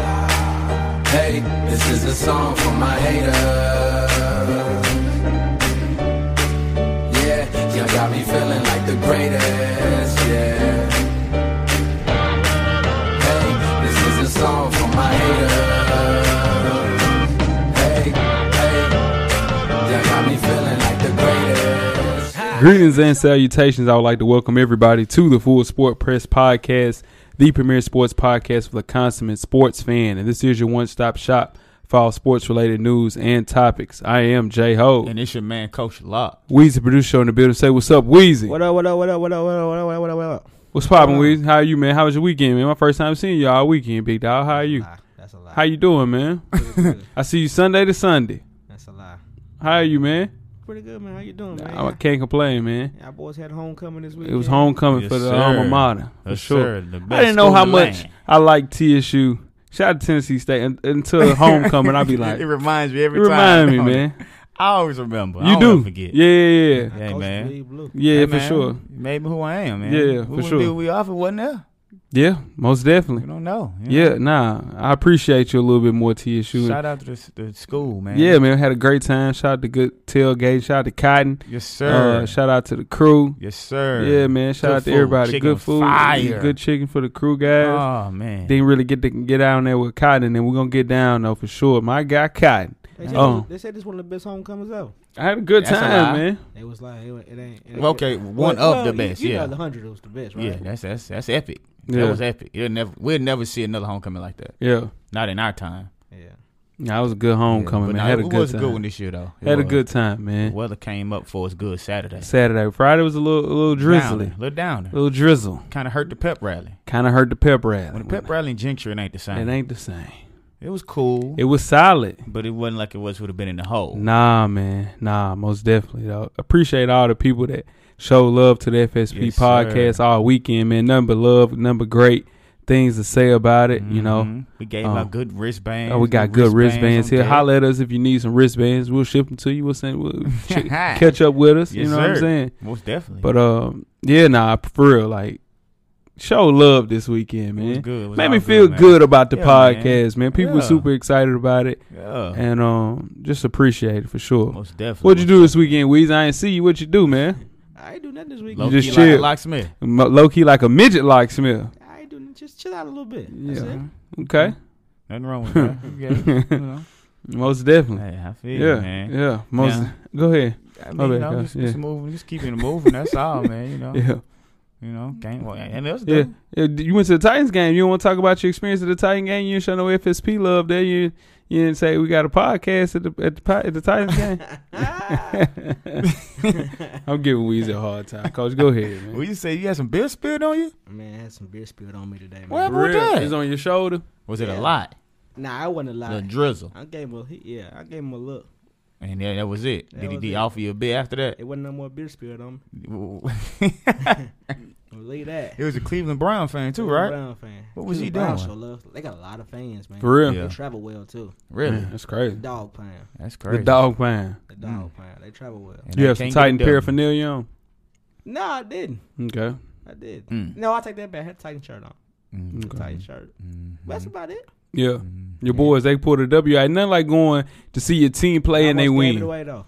Hey, this is a song for my haters. Yeah, you got me feeling like the greatest. Yeah. Hey, this is a song for my haters. Hey, hey, you got me feeling like the greatest. Greetings and salutations. I would like to welcome everybody to the Full Sport Press Podcast, the premier sports podcast for the consummate sports fan. And this is your one stop shop for all sports related news and topics. I am J Ho. And it's your man, Coach Lock. Weezy producer show in the building. Say what's up, Weezy. What up, what up, what up, what up, what up, what up, what up, what up, what up? what's poppin', Weezy? How you, man? How was your weekend, man? My first time seeing you all weekend, big dog. How are you? Lie. That's a lie. How you doing, man? Pretty good. I see you Sunday to Sunday. That's a lie. How are you, man? Pretty good, man. How you doing, man? I can't complain, man. Y'all boys had homecoming this week. It was homecoming Yes, for the sir. alma mater. For Yes, sure. sir. The I best didn't know school how in the much land. I like TSU. Shout out to Tennessee State Un- until homecoming. I'll be like, it you reminds me every time. remind me, man. I always remember. I You don't do. ever forget. Yeah, yeah, yeah. Hey, man. Blue. Yeah, Hey, for man, sure. you Made me who I am, man. Yeah, We for wouldn't sure. be who we are if it wasn't there. Yeah, most We definitely. don't know. you Yeah, know? nah. I appreciate you a little bit more, TSU. Shout out to the, s- the school, man. yeah, man. Had a great time. Shout out to good tailgate. Shout out to Cotton. Yes, sir. Uh, shout out to the crew. yes, sir. Yeah, man. Shout Good out to food. everybody. Chicken good food. fire. Good chicken for the crew, guys. Oh man. Didn't really get to get down there with Cotton, and we're gonna get down though for sure. My guy Cotton. They said, Oh. this, they said this one of the best homecomings ever. I had a good That's a time, lie. man. They was like, it, it ain't. It, okay, it- one well, of the you- best. You, yeah. know, the hundred was the best, right? yeah, that's that's that's epic. Yeah. That was epic. It'll never we'll never see another homecoming like that. Yeah. Not in our time. Yeah. Nah, it was a good homecoming, But man. nah, had a it good was time. a good one this year though. It Had a was. good time, The man. weather came up for us good Saturday. Saturday, Friday was a little, a little drizzly, Downer, little downer. a little drizzle. Kind of hurt the pep rally. Kind of hurt the pep rally. When the pep rally and Jinxer, it ain't the it same. It, ain't the same. was cool, It was solid. but it wasn't like it was would have been in the hole. Nah, man. Nah, most definitely. Though. Appreciate all the people that show love to the FSP Yes, podcast all weekend, man. Nothing but love, nothing but great things to say about it. You know, Mhm. we gave um, out good wristbands. Oh, we got good wristbands on here. deck. Holler at us if you need some wristbands. We'll ship them to you. We'll send. We'll ch- catch up with us. you Yes, know what I'm sir. saying? Most definitely. But um, yeah, nah, for real, like show love this weekend, It was man. good. It was Made all me feel man. good, about the Yeah, man. podcast, man. People were Yeah. super excited about it, Yeah. and um, just appreciate it for sure. most definitely. What'd you do this weekend, Weez? I ain't see you. What you do, man? I ain't do nothing this Low weekend. You just key like a chill. locksmith. Mo- Low key like a midget locksmith. I ain't doing just chill out a little bit. That's Yeah. it. Okay, Mm-hmm. Nothing wrong with that. You get it, you know? most definitely. Hey, I feel Yeah, you, Mm-hmm. man. yeah. Most. Now- Go ahead. I mean, My bad, you know, yeah, just, yeah. just moving, just keeping it moving. That's all, man. You know, Yeah. you know, game. well, And it was Yeah. good. Yeah, d- you went to the Titans game. You don't want to talk about your experience at the Titan game. You didn't show no FSP love there. You you didn't say we got a podcast at the at the, pi- at the Titans Ah. game. I'm giving Weezy a hard time, Coach. Go ahead, man. Well, you say you had some beer spilled on you? Man, I had some beer spilled on me today, man. What? For real, that? It's on your shoulder. Was it Yeah. a lot? Nah, I wasn't A allowed. drizzle. I gave him a he- yeah, I gave him a look. And yeah, that was it. That Did he was D it. offer you a beer after that? It wasn't no more beer spilled on me. Believe that. He was a Cleveland Brown fan too, Cleveland right? Brown fan. What was he Cleveland Browns doing? show love. They got a lot of fans, man. For real. Yeah. They travel well too. Really? Man, that's crazy. Dog plan. That's The crazy. dog fan. The Mm. dog plan. They travel well. And You they have some can't get Titan it done. paraphernalia on. No, I didn't. Okay. I did. Mm. No, I take that back. I had a Titan shirt on. Mm. Okay. Mm-hmm. Titan shirt. Mhm. But that's about it. Yeah. Mhm. Your boys, they pulled a W. I nothing like going to see your team play and they Almost gave It win. away, though.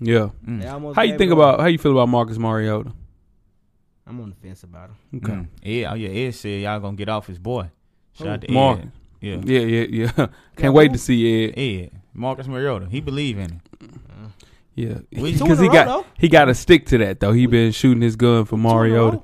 Yeah. Mm. They almost How you gave think it away. about how you feel about Marcus Mariota? I'm on the fence about him. Okay. Mm. Yeah, oh yeah, Ed said y'all gonna get off his boy. Shout out to Mark. Ed. Yeah. Yeah, yeah, yeah. Yeah, Can't wait who? to see Ed. Ed. Marcus Mariota. He believe in it. Yeah, We two because in he a row, got though. he got to stick to that though. He We- been shooting his gun for Mariota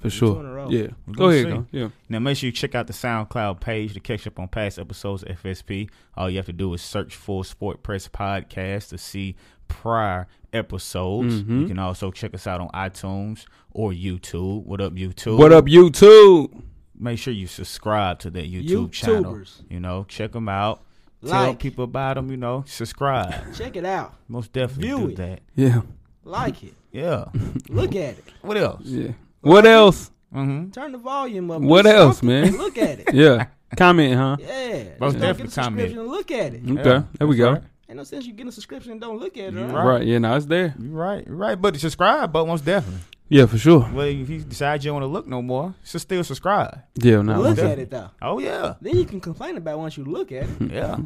for in a sure. row. Yeah, We go gonna ahead. see. Go. Yeah, Now make sure you check out the SoundCloud page to catch up on past episodes of FSP. All you have to do is search for Sport Press Podcast to see prior episodes. Mhm. You can also check us out on iTunes or YouTube. What up, YouTube? what up, YouTube? Make sure you subscribe to that YouTube channel. YouTubers. You know, check them out. Tell Like. people about them. You know, subscribe. Check it out. Most definitely View do it. that. Yeah, Like it. Yeah. Look at it. what else? yeah. What else? Mm-hmm. Turn the volume up. What Do else, something. man? Look at it. Yeah, comment, huh? Yeah. Most Just don't definitely get a subscription comment. and Look at it. Okay, there we go. Right. Right. Ain't no sense you get a subscription and don't look at it. You Right? Right. yeah, now it's there. You right, you right. But subscribe, but most definitely. Yeah, for sure. Well, if you decide you don't want to look no more, so still subscribe. Yeah, no. look okay. at it though. Oh yeah, Then you can complain about it once you look at it. yeah.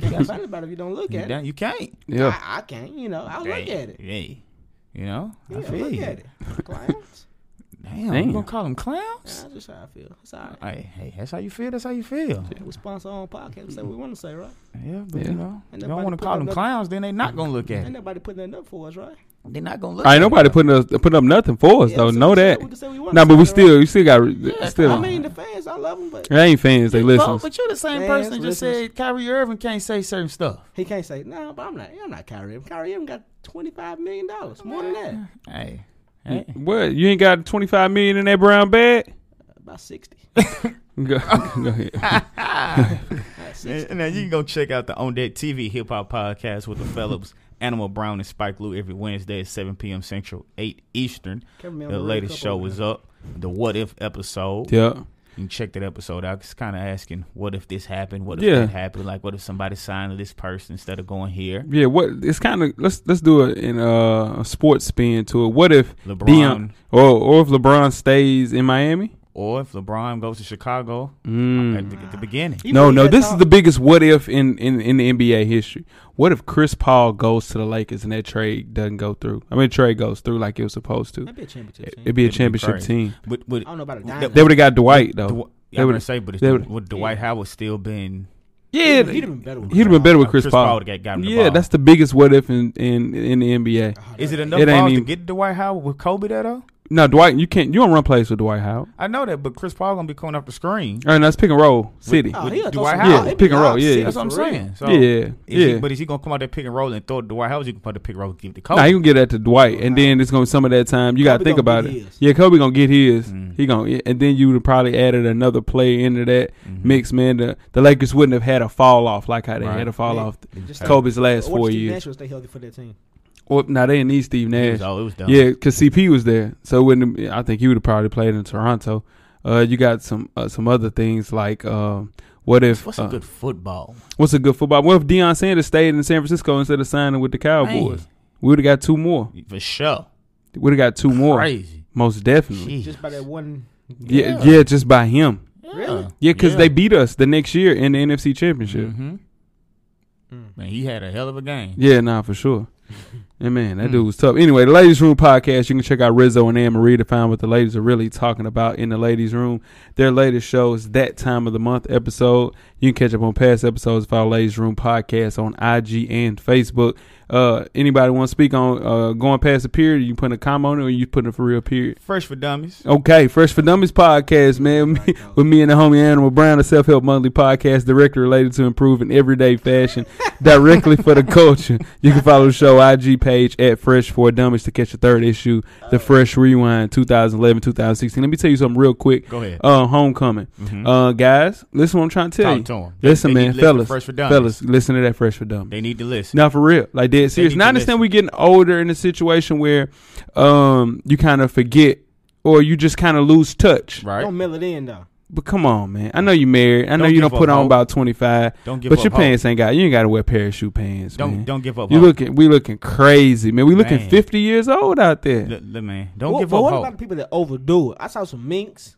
can't complain about it if you don't look You, at it. don't- you can't. Yeah. I, I can't. You know, I'll look Dang. at it. Yeah. You know, Yeah, I feel look you. at it. Clowns. Damn, Damn. you gonna call them yeah, clowns? that's just how I feel. It's all right. Hey, hey, that's how you feel. That's how you feel. We sponsor our own podcast. We say what we want to say, right? Yeah, but Yeah. you know, And you nobody don't want put to call up them no- clowns. Then they not gonna look at Ain't it. nobody putting that up for us, right? They not gonna look. I ain't at it. nobody putting us putting up nothing for us Yeah, though. so Know we that. said- we said we wanna Nah, but we say it, still you still got Yeah, still. right? I mean, the fans, I love them, but They ain't fans. They Oh, listen. but you're the same Fans, person that just listeners. said Kyrie Irving can't say certain stuff. he can't say no. but I'm not. I'm not Kyrie. Irving. Kyrie Irving got twenty five million dollars more than that. Hey, hey. What? You ain't got twenty five million in that brown bag? About sixty. Go, go ahead. About 60. And now you can go check out the On Deck TV Hip Hop Podcast with the Phillips, Animal Brown, and Spike Lou every Wednesday at 7 p.m. Central, 8 Eastern. Can't remember The the latest couple show over is up, the What If episode. Yeah. You can check that episode out. It's kind of asking, what if this happened? What if Yeah. that happened? Like, what if somebody signed this person instead of going here? Yeah, what it's kind of let's let's do it in uh, a sports spin to it. What if LeBron, Deion- or or if LeBron stays in Miami? Mm. or if LeBron goes to Chicago at, the, at the beginning. You No, believe no, that this is talk? the biggest what if in, in in the NBA history. What if Chris Paul goes to the Lakers and that trade doesn't go through? I mean, trade goes through like it was supposed to. That'd be a championship. team. It'd be a It'd be championship crazy. team. But, but I don't know about a That- diamond. They would have got Dwight though. Dw- They I'm would've- gonna say, but if they the- would've- would Dwight Howard still been? yeah, he'd have been better. With he'd have been better with Uh, Chris, Chris Paul. Paul would've got- got him the yeah, ball. that's the biggest what if in in, in the NBA. Is it It enough ain't balls even- to get Dwight Howard with Kobe there though? No, Dwight, you can't. You don't run plays with Dwight Howard. I know that, but Chris Paul gonna be coming off the screen. All right, now it's pick and roll, City. Oh, with he'll throw Dwight some- Howard. oh, it'd Pick be and roll, all yeah. city That's what I'm for real. saying. So yeah, is he- yeah. but is he gonna come out that pick and roll and throw it to Dwight Howard? You can put the pick and roll and give it to Kobe. Nah, you gonna get that to Dwight, and then it's gonna be some of that time. You gotta Kobe think gonna about get it. his. Yeah, Kobe gonna get his. Mm-hmm. He gonna, and then you would probably added another player into that mix. Man, the, the Lakers wouldn't have had a fall off like how they Mm-hmm. Right. had a fall Yeah. off Just Kobe's last Or four Steve years. Nash will stay healthy for that team. Or now they didn't need Steve It Nash. was, all- Oh, it was done. Yeah, because CP was there, so it wouldn't have- I think he would have probably played in Toronto. Uh, you got some uh, some other things like um, what if What's uh, a good football? what's a good football? What if Deion Sanders stayed in San Francisco instead of signing with the Cowboys? Man. We would have got two more. For sure. We would have got two more. Crazy. Most definitely. Jeez. Just by that one. Yeah, Yeah. yeah, just by him. Uh. Yeah, Really? Mm-hmm. because they beat us the next year in the NFC Championship. Mhm. Mm. Man, he had a hell of a game. Yeah, nah, for sure. And man, that dude was tough. Anyway, the Ladies Room podcast, you can check out Rizzo and Anne Marie to find what the ladies are really talking about in the Ladies Room. Their latest show is that time of the month episode. You can catch up on past episodes of our Ladies Room podcast on IG and Facebook. Uh, anybody want to speak on uh, going past a period? You putting a comma on it or you putting a for real period? Fresh for dummies. Okay, Fresh for Dummies podcast, Oh man. Me- With me and the homie Animal Brown, a self help monthly podcast directly related to improving everyday fashion directly for the culture. You can follow the show IG page at Fresh for Dummies to catch the third issue, Oh. The Fresh Rewind 2011 2016. Let me tell you something real quick. Go ahead. Uh, homecoming. Mhm. Uh, guys, listen what I'm trying to tell Talk you. to 'em. They- Listen, they man, need to listen to fellas. Fresh for Dummies. fellas, listen to that Fresh for Dummies. They need to listen. Not for real. Like dead serious. need Now I to understand listen. we getting older in a situation where um you kind of forget or you just kind of lose touch. Right? Don't mill it in though. But come on, man. I know you married. I know Don't you give don't put up on hope. about twenty five. Don't give But up your hope. pants ain't got you ain't gotta wear parachute pants. Don't man. don't give up. You hope. looking we looking crazy, man. We looking Man. fifty years old out there. Look, look, man. Don't Well, give but up what hope. about the people that overdo it? I saw some minks.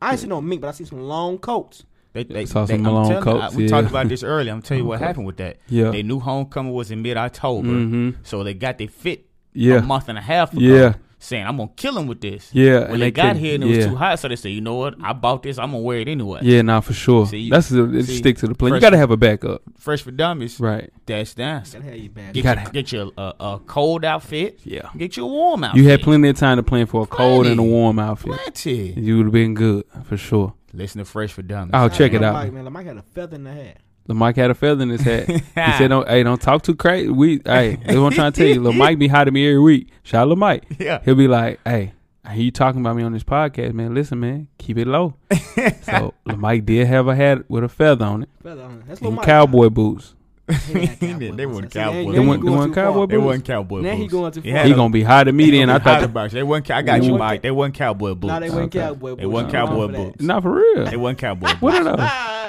I ain't seen no mink, but I see some long coats. They, they, Saw they, some I'm Malone telling you, I- coats, we yeah. talked about this earlier. I'm telling you what happened with that. Yeah. They knew homecoming was in mid October, Mhm. so they got their fit Yeah. a month and a half ago. Yeah. Saying I'm gonna kill him with this. Yeah, When and they, they got couldn't- here and it was yeah. too hot, so they said, you know what? I bought this. I'm gonna wear it anyway. Yeah, nah for sure. See, That's a, see, stick to the plan. You fresh- gotta have a backup. Fresh for dummies. Right. That's the answer. Gotta have your bag. Get, gotta your, have- get your uh, a cold outfit. Yeah. Get your warm outfit. You had plenty of time to plan for a cold and a Plenty. warm outfit. Plenty. You would have been good for sure. Listen to Fresh for Dummies. Oh, Shout check it to out. Mike, man. Like, Mike had a feather in the hat. The Mike had a feather in his hat. he said, "Don't, hey, don't talk too crazy." We, hey, that's what I'm trying to tell you. Lil Mike be hot at me every week. Shout out to Mike. Yeah. he'll be like, "Hey, I hear you talking about me on this podcast, man. Listen, man, keep it low." so Lil Mike did have a hat with a feather on it Feather on it. That's Oh Lil and Mike. cowboy boots. He had They cowboy were boots. I said, cowboy boots. They "Hey, now you weren't- they going weren't too cowboy far." They boots. wasn't cowboy Now boots. he going too He far. had He a- gonna be hot at me then. I Hot thought, box. They weren't. I got you, What? Mike. They weren't cowboy boots. No, they weren't cowboy boots. They weren't I'm wrong cowboy for that. boots. not for real. They weren't cowboy boots. What are those?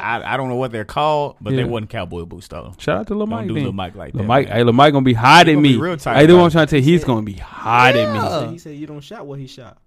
I, I don't know what they're called, but Yeah. they wasn't cowboy boots though. Shout out to Lil Don't Mike. do then. Lil Mike like Lil that, Mike, man. hey, Lil Mike gonna be hot He at gonna be me. real tight Hey, that's what about I'm it. trying to tell you. He's gonna be hot at me. He said you don't shot what he shot.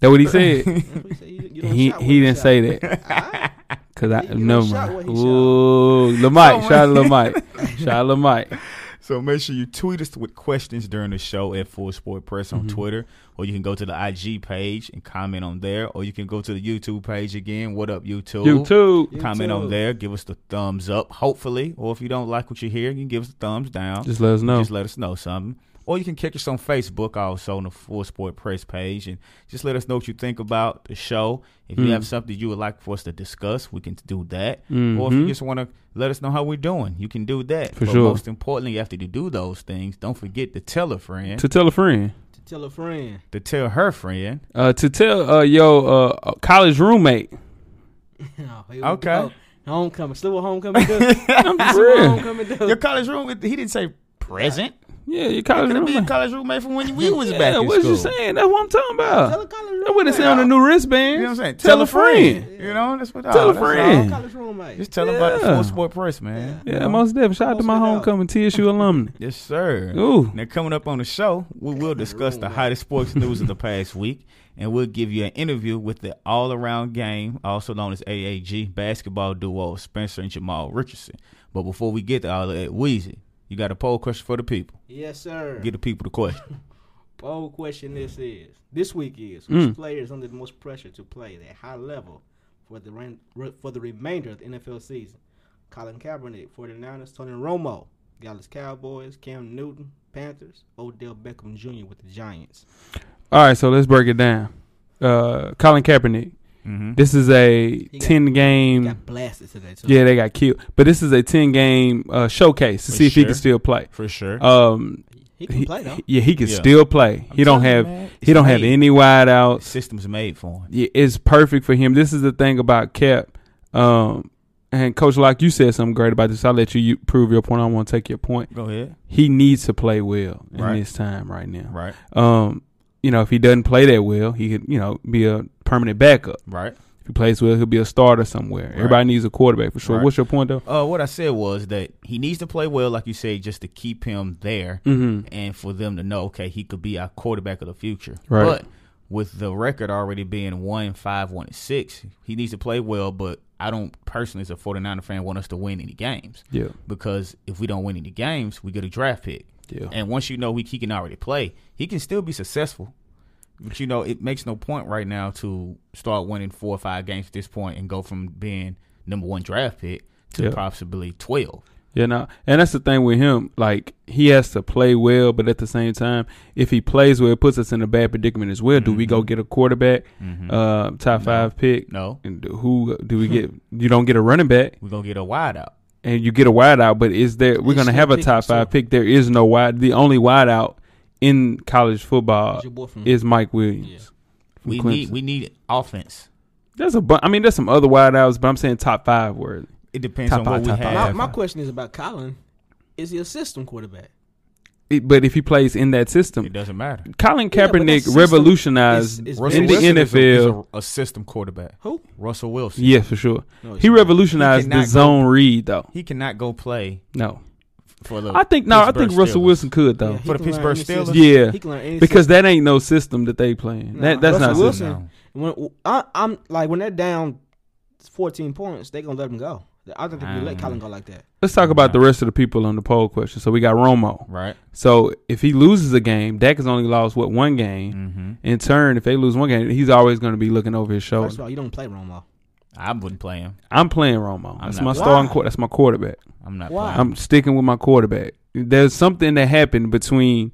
That's what he said. That's what he said. You, you don't he shot what he didn't shot. say that. Alright. Cause I He- he done never shot mind. what he shot. Ooh, Lil Mike, shout out to Lil Mike, shout out to Lil Mike. So make sure you tweet us with questions during the show at Full Sport Press on Twitter, or you can go to the IG page and comment on there, or you can go to the YouTube page again. What up, YouTube? YouTube, Comment YouTube. on there. Give us the thumbs up, hopefully. Or if you don't like what you hear, you can give us the thumbs down. just let us know. Just let us know something. Or you can catch us on Facebook also on the Full Sport Press page and just let us know what you think about the show. If Mm. you have something you would like for us to discuss, we can do that. Or if you Mhm. just want to let us know how we're doing, you can do that. For but sure. most importantly, after you do those things, don't forget to tell a friend, to tell a friend, To tell a friend. to tell her friend. uh, to tell uh, yo uh, college roommate. Oh, here we Okay. go. Homecoming. Still what homecoming do. Still I'm for what real. homecoming do. Your college roommate, he didn't say present. Yeah, your college Could it be your roommate. college roommate from when we was back Yeah, in what school. you saying? That's what I'm talking Tell a about. college That wouldn't roommate. say on the new wristband. You know what I'm saying? Tell, a friend. You know, that's what Tell oh, a that's all. friend. College roommate. Just tell them about the Yeah. full sport press, man. Yeah, You know? most definitely. Shout out to Most my definitely. homecoming TSU alumni. Yes, sir. Ooh. Now, coming up on the show, we will discuss the hottest sports news of the past week, and we'll give you an interview with the all around game, also known as AAG, basketball duo Spencer and Jamal Richardson. But before we get to all of that, Weezy, you got a poll question for the people. Yes, sir. Give the people the question. Poll question this is this week is Mm. which player is under the most pressure to play at a high level for the ran- re- for the remainder of the NFL season? Colin Kaepernick, 49ers, Tony Romo, Dallas Cowboys, Cam Newton, Panthers, Odell Beckham Jr. with the Giants. All right, so let's break it down. Uh, Colin Kaepernick. hmm This is a got- ten game. Got blasted today too. Mm. yeah, they got killed, but this is a ten game uh, showcase to For see if he sure. can still play. For sure. Um, he can he, play though. yeah, he can Yeah. still play. I'm he don't telling you, have man, he don't have it's made. any wideouts. The system's made for him. yeah, it's perfect for him. This is the thing about Cap. Um, and Coach Locke, you said something great about this. I'll let you, you prove your point. I want to take your point. Go ahead. He needs to play well in Right. this time right now. Right. Um, you know, if he doesn't play that well, he could, you know, be a permanent backup. Right. If he plays well, he'll be a starter somewhere. Everybody needs a quarterback for sure. Right. What's your point though? Uh, what I said was that he needs to play well, like you said, just to keep him there Mm-hmm. and for them to know, okay, he could be our quarterback of the future. Right. But with the record already being one five, one and six, he needs to play well. But I don't personally, as a 49er fan, want us to win any games Yeah, because if we don't win any games, we get a draft pick. yeah. And once you know we, he can already play, he can still be successful. But you know, it makes no point right now to start winning four or five games at this point and go from being number one draft pick to Yeah. possibly twelve. You know, and that's the thing with him. Like he has to play well, but at the same time, if he plays well, it puts us in a bad predicament as well. Do we go get a quarterback, uh, top five pick? No, And who do we get? you don't get a running back, we're gonna get a wide out. and you get a wideout. But is there? We're They gonna still have a pick top him, five so- pick. There is no wide. The only wideout in college football It's your boy from is Mike Williams. from We Clemson. need we need offense. There's a bu- I mean, there's some other wideouts, but I'm saying top five worthy. It depends Top on five, what we top have. my, five. my question is about Colin. Is he a system quarterback? It- but if he plays in that It system, doesn't matter. Colin Yeah, but that Kaepernick system revolutionized is- is Russell in the Wilson is a- is NFL. a, a system quarterback. Who? Russell Wilson. Yeah, for sure. No, He revolutionized He the cannot go- zone read, though. He cannot go play No, for the. I think no, I think Pittsburgh Russell Steelers. Wilson could though, Yeah, he For the can learn Pittsburgh any system. Steelers? Yeah. He can learn any because that ain't no system that they playing. No, that, that's Russell not Wilson- system. When I, I'm like when they're down fourteen points, they gonna let them go. I don't think they let Mm. Colin go like that. Let's talk about No. the rest of the people on the poll question. So we got Romo. Right. So if he loses a game, Dak has only lost what one game. Mm-hmm. In turn, if they lose one game, he's always going to be looking over his shoulder. First of all, you don't play Romo. I wouldn't play him. I'm playing Romo. I'm That's not my playing. starting Why? quarter. That's my quarterback. I'm not Why? playing. I'm sticking with my quarterback. There's something that happened between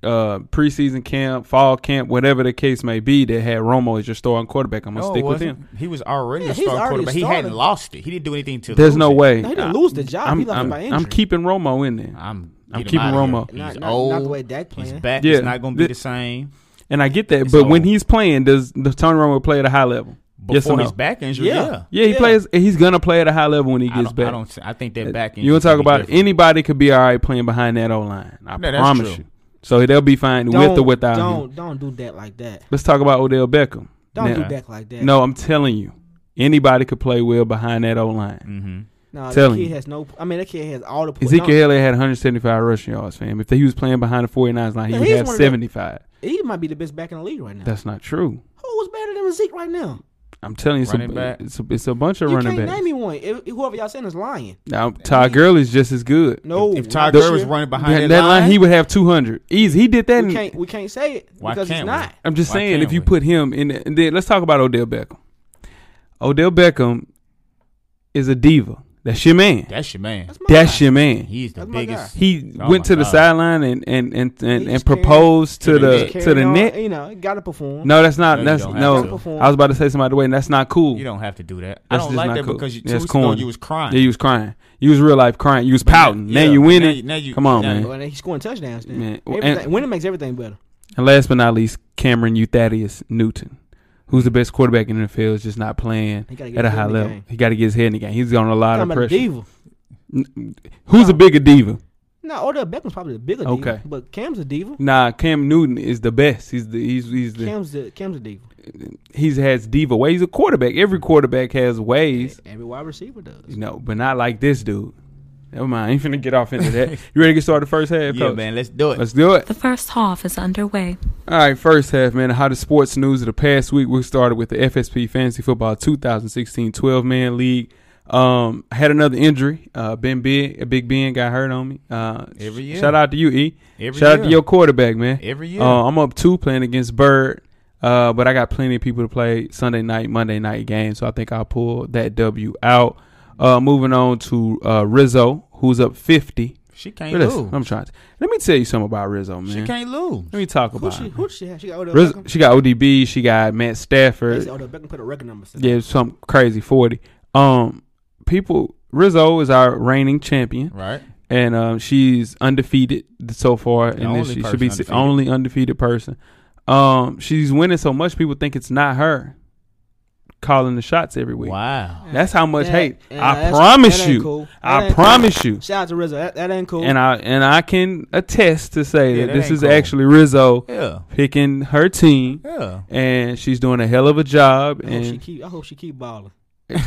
uh, preseason camp, fall camp, whatever the case may be, that had Romo as your starting quarterback. I'm gonna No, it stick with wasn't. him. He was already Yeah, a he's starting already quarterback. He hadn't started. lost it. He didn't do anything to. There's lose no it. way. No, he didn't lose the job. he I'm, left I'm, by I'm injury. keeping Romo in there, I'm. I'm get him keeping outta Romo. here. He's Not, not, old. not the way Dak He's playing. back. Yeah. It's not going to be Th- the same. and I get that. It's But when over. he's playing, does does Tony Romo play at a high level? Before Yes or no? his back injury, Yeah. yeah. Yeah, he Yeah. plays. He's gonna play at a high level when he I gets don't, I back. don't. I think that back injury. you wanna talk could be about different. anybody could be all right playing behind that O line. I No, that's promise true. you. So they'll be fine Don't, with or without him. Don't don't do Dak like that. Let's talk about Odell Beckham. Don't Now- do Dak like that. No, I'm telling you, Anybody could play well behind that O line. Mm-hmm. No, that Telling kid you. has no. I mean, that kid has all the. po- Ezekiel no, Elliott had 175 rushing yards, fam. If he was playing behind the 49ers line, he Yeah, would he's have one of them. 75. he might be the best back in the league right now. That's not true. Who is better than Zeke right now? I'm telling you, it's Running a, back. it's, a, it's a bunch of you running can't backs. name me one. If- whoever y'all saying is lying. Now, Todd Gurley's just as good. No, if Ty not Gurley this was year. running behind That, that, that line, line, he would have 200. Easy. He did that. we in- can't we can't say it Why because it's can't we? not. I'm just Why saying, can't if you we? put him in, the, and then let's talk about Odell Beckham. Odell Beckham is a diva. That's your man. that's your man. my That's guy. your man. He's the That's my biggest. He Oh went my to the God. sideline and and and and, He and just proposed to carried- he the just to Carry the on, net. You know, got to perform. No, that's not. No, you that's don't no. have to. I was about to say somebody away, and that's not cool. You don't have to do that. I That's don't just like not that cool. because you, two That's weeks ago corny. you was crying. Yeah, you was crying. You was real life crying. You was But now- pouting. Now yeah, you but winning. now you- now you- Come on, now- man. Well, then he's scoring touchdowns now. Man, well, Everything- and- winning makes everything better. And last but not least, Cameron Euthadius Newton, who's the best quarterback in the NFL, is just not playing He gotta get at a his head high in the level. game. He got to get his head in the game. He's on a lot Talking of about a pressure. diva. Who's a bigger diva? No, Odell Beckham's probably the bigger Okay. diva. But Cam's a diva. Nah, Cam Newton is the best. He's the he's he's the Cam's the Cam's a diva. he's has diva ways. He's a quarterback. Every quarterback has ways, E-, Every wide receiver does. you know, but not like this dude. Never mind. I ain't finna get off into that. You ready to get started? First half, yeah, coach? man, let's do it. Let's do it. The first half is underway. All right, first half, man. The hottest sports news of the past week. We started with the FSP Fantasy Football 2016 12 man league. Um, I had another injury. Uh, Ben Big, Big Ben got hurt on me. Uh, Every sh- year. Shout out to you, E. Every shout out to year. your quarterback, man. Every year. Uh, I'm up two playing against Bird, uh, but I got plenty of people to play Sunday night, Monday night games, so I think I'll pull that W out. Uh, moving on to uh, Rizzo, who's up 50. she can't Listen, lose. I'm trying. To, let me tell you something about Rizzo, man. She can't lose. Let me talk Who about she him. who she have? She got Odell Riz- Beckham. she got ODB. She got Matt They Stafford. said Odell Beckham put a record number. Six. Yeah, some crazy forty. Um, people. Rizzo is our reigning champion, Right. and um, she's undefeated so far, and only this, she should person be undefeated. the only undefeated person. Um, she's winning so much, people think it's not her calling the shots every week. Wow. That's how much That- hate. yeah, I that's- promise that ain't you. cool. That I ain't promise you. Shout out to Rizzo. That, that ain't cool. And I and I can attest to say Yeah, that that this ain't is cool. actually Rizzo Yeah. picking her team. Yeah. and she's doing a hell of a job. Oh, I hope she And keep. I hope she keep balling.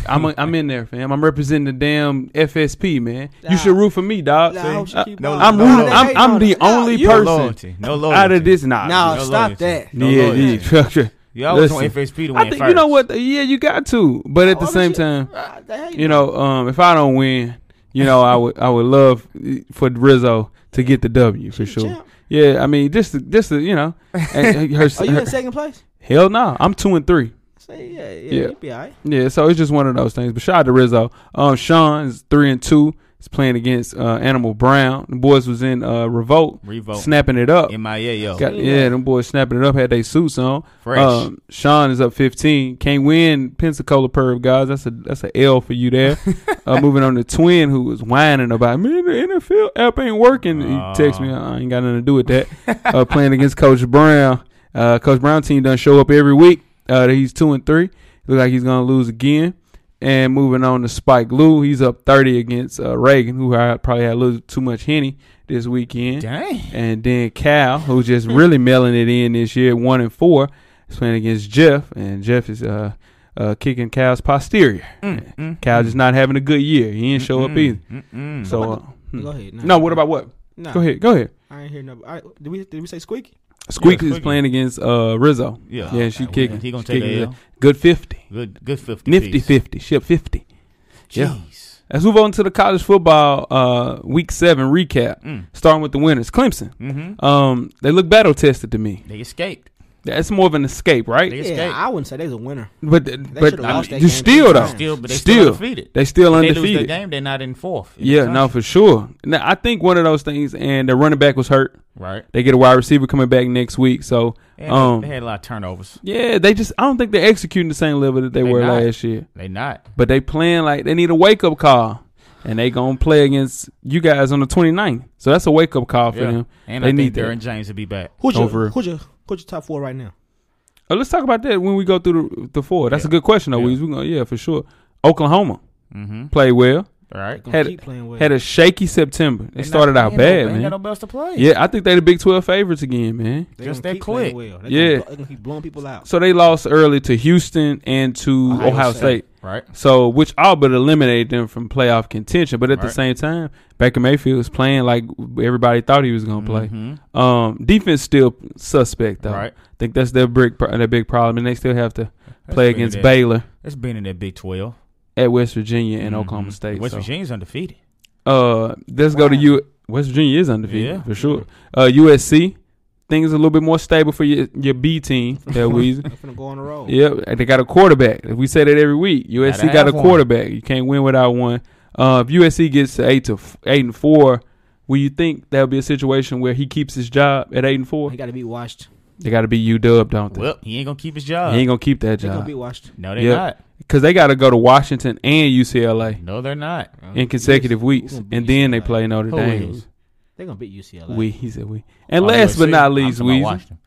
I'm a, I'm in there, fam. I'm representing the damn FSP, man. You Nah. should root for me, dog. Nah, I hope she uh, keep no, balling. I'm no, rooting. no, I'm, I'm the only you- person No loyalty. No loyalty. out of this. Nah, No, No stop loyalty. that. No yeah, loyalty. yeah. You always Listen. want FSP to win I think first. you know what? though? Yeah, you got to. But at the Oh, I same mean, she- time, uh, that- you know, um, if I don't win, you know, I would I would love for Rizzo to get the W for she sure. champ. Yeah, I mean, just to, just to, you know, and her, Are you her- in second place? hell no, I'm two and three. Say yeah, yeah, Yeah. you be all right. Yeah, so it's just one of those things. But shout out to Rizzo. Um, Sean is three and two. He's playing against uh, Animal Brown. The boys was in uh, revolt, Revolt. snapping it up. MIA, yo. Got, yeah, them boys snapping it up. Had they suits on. Fresh. Um, Sean is up fifteen. Can't win Pensacola Perv guys. That's a that's a L for you there. uh, moving on to Twin, who was whining about man the NFL app ain't working. Aw. He text me, I ain't got nothing to do with that. uh, playing against Coach Brown. Uh, Coach Brown team doesn't show up every week. Uh, he's two and three. Look like he's gonna lose again. And moving on to Spike Lou, he's up thirty against uh, Reagan, who I probably had a little too much henny this weekend. Dang. And then Cal, who just really mailing it in this year, one and four, is playing against Jeff, and Jeff is uh, uh kicking Cal's posterior. Mm, Cal just not having a good year. He didn't show up either. Mm-mm. So uh, hmm. Go ahead. nah. no, what about what? Nah, Go ahead, go ahead. I ain't hear no. I, did we did we say squeaky? Squeak is Squeaky. playing against uh Rizzo. Yeah. yeah, she Well, kicking. He gonna She take kicking a his L. ass. good fifty, Good, good fifty. nifty piece. fifty. She up fifty. Yeah. Jeez. Let's move on to the college football uh week seven recap, Mm. starting with the winners, Clemson. Mm-hmm. Um, they look battle tested to me. They escaped. That's more of an escape, right? They Yeah, escaped. I wouldn't say they was a winner. But but should've lost that you game still three though. times. Still, but they Still. still undefeated. They still If They lose the undefeated. game. They're not in fourth. in the yeah, no, country. for sure. Now I think one of those things, and the running back was hurt. Right. They get a wide receiver coming back next week, so They had, um, they had a lot of turnovers. yeah, they just I don't think they're executing the same level that they, They were not. last year. They not. But they playing like they need a wake up call, and they gonna play against you guys on the 29th. So that's a wake up call for Yeah. them. And they I need think that. Darren James will be back. Who's your Over. who's your who's your top four right now? Oh, let's talk about that when we go through the, the four. That's a Yeah. good question though. Yeah. Weezy. We gonna yeah for sure. Oklahoma Mm-hmm. played well. All right. Gonna Had- keep playing with. Had a shaky September. They They're started out not playing no- bad, they ain't got man. no belts to play. Yeah, I think they the Big Twelve favorites again, man. They just that gonna keep playing quick. well. They Yeah. Gonna, blo- they gonna keep blowing people out. So they lost early to Houston and to Ohio, Ohio State. State. Right. So which all but eliminated them from playoff contention. But at the Right. same time, Baker Mayfield was playing like everybody thought he was gonna play. Mhm. Um, defense still suspect though. Right. I think that's their big pro- their big problem, and they still have to That's play been against in that- Baylor That's been in that Big Twelve. at West Virginia and Oklahoma Mhm. State. West so. Virginia's undefeated. Uh, let's go to Wow. you. West Virginia is undefeated Yeah. for sure. Uh, USC things a little bit more stable for your your B team. That Weezy. They're finna go on the road. Yep, and they got a quarterback. We say that every week. USC Gotta got a have one. quarterback. You can't win without one. Uh, if USC gets to eight to f- eight and four, will you think that'll be a situation where he keeps his job at eight and four? They gotta be watched. They got to be U Dub, don't they? Well, uh, he ain't gonna keep his job. he ain't gonna keep that They gonna job be watched. no, they're Yeah. not. because they got to go to Washington and UCLA No, they're not. in consecutive weeks, gonna beat and then they UCLA. play Notre Who Dame. is? They're gonna beat UCLA. We, he said we. And Oh, last but USC. not I'm least, talking about Weezy Washington.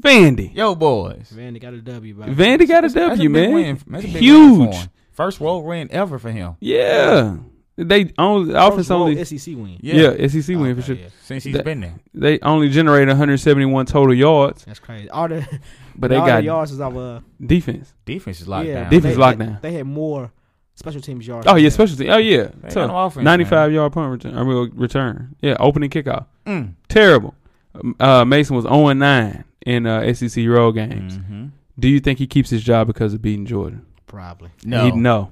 Vandy. Yo, boys. Man, they got a W. Bro. Vandy got a That's a W, big man. win. That's a big win Huge. for him. First world win ever for him. Yeah, they only First offense road only. SEC E win. Yeah, SEC win for Okay, sure. yeah. Since he's That- been there. They only generated 171 total yards, That's crazy. All the but they all got the yards is our defense. Defense is locked yeah, down. they- Defense they- lockdown. They had more special teams yards. Oh than yeah, that. special team. Oh yeah, They So, got no offense, 95 yard punt return. I mean, return. Yeah, opening kickoff. Mm. Terrible. Um, Uh, Mason was 0 9 in uh, SEC road games. Mhm. Do you think he keeps his job because of beating Jordan? probably. No. He- no,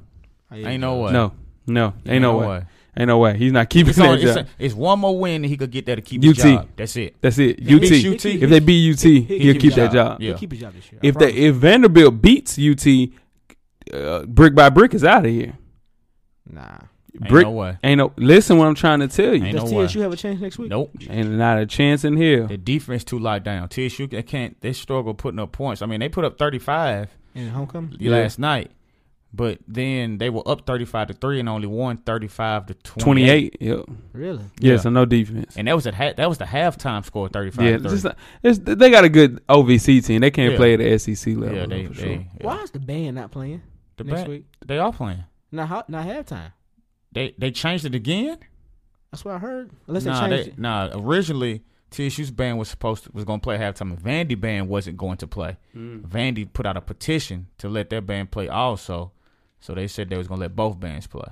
Ain't no way. no, no. Ain't no way. Ain't no way. He's not keeping It's, on, that it's, job. it's one more win that he could get there to keep UT. his job. That's it. That's it. He beats UT. UT. If they beat UT, He- he he'll keeps keep his that job. He'll Yeah. keep his job this year. I If they promise. if Vanderbilt beats UT, uh, brick by brick is out of here. nah. Ain't Brick no way. ain't no. Listen, what I'm trying to tell you. Ain't Ain't, no Does way. TSU have a chance next week? Nope. not a chance in hell. The defense too locked down. TSU they can't. They struggle putting up points. I mean, they put up 35 In homecoming? Yeah. last night, but then they were up 35 to three and only won 35 to 28. 28. Yep. Really? Yeah. Yeah. So no defense. And that was at ha- that was the halftime score 35 Yeah. yeah, it's just not- it's- they got a good OVC team. They can't Yeah. play at the SEC level. yeah, they, though, for they, sure. yeah. Why is the band not playing The next ba- week? they are playing. Not how, not halftime. They they changed it again. That's what I heard. Unless nah, they changed it. nah. Originally, TSU's band was supposed to, was gonna play halftime. and Vandy band wasn't going to play. Vandy put out a petition to let their band play also. So they said they was gonna let both bands play.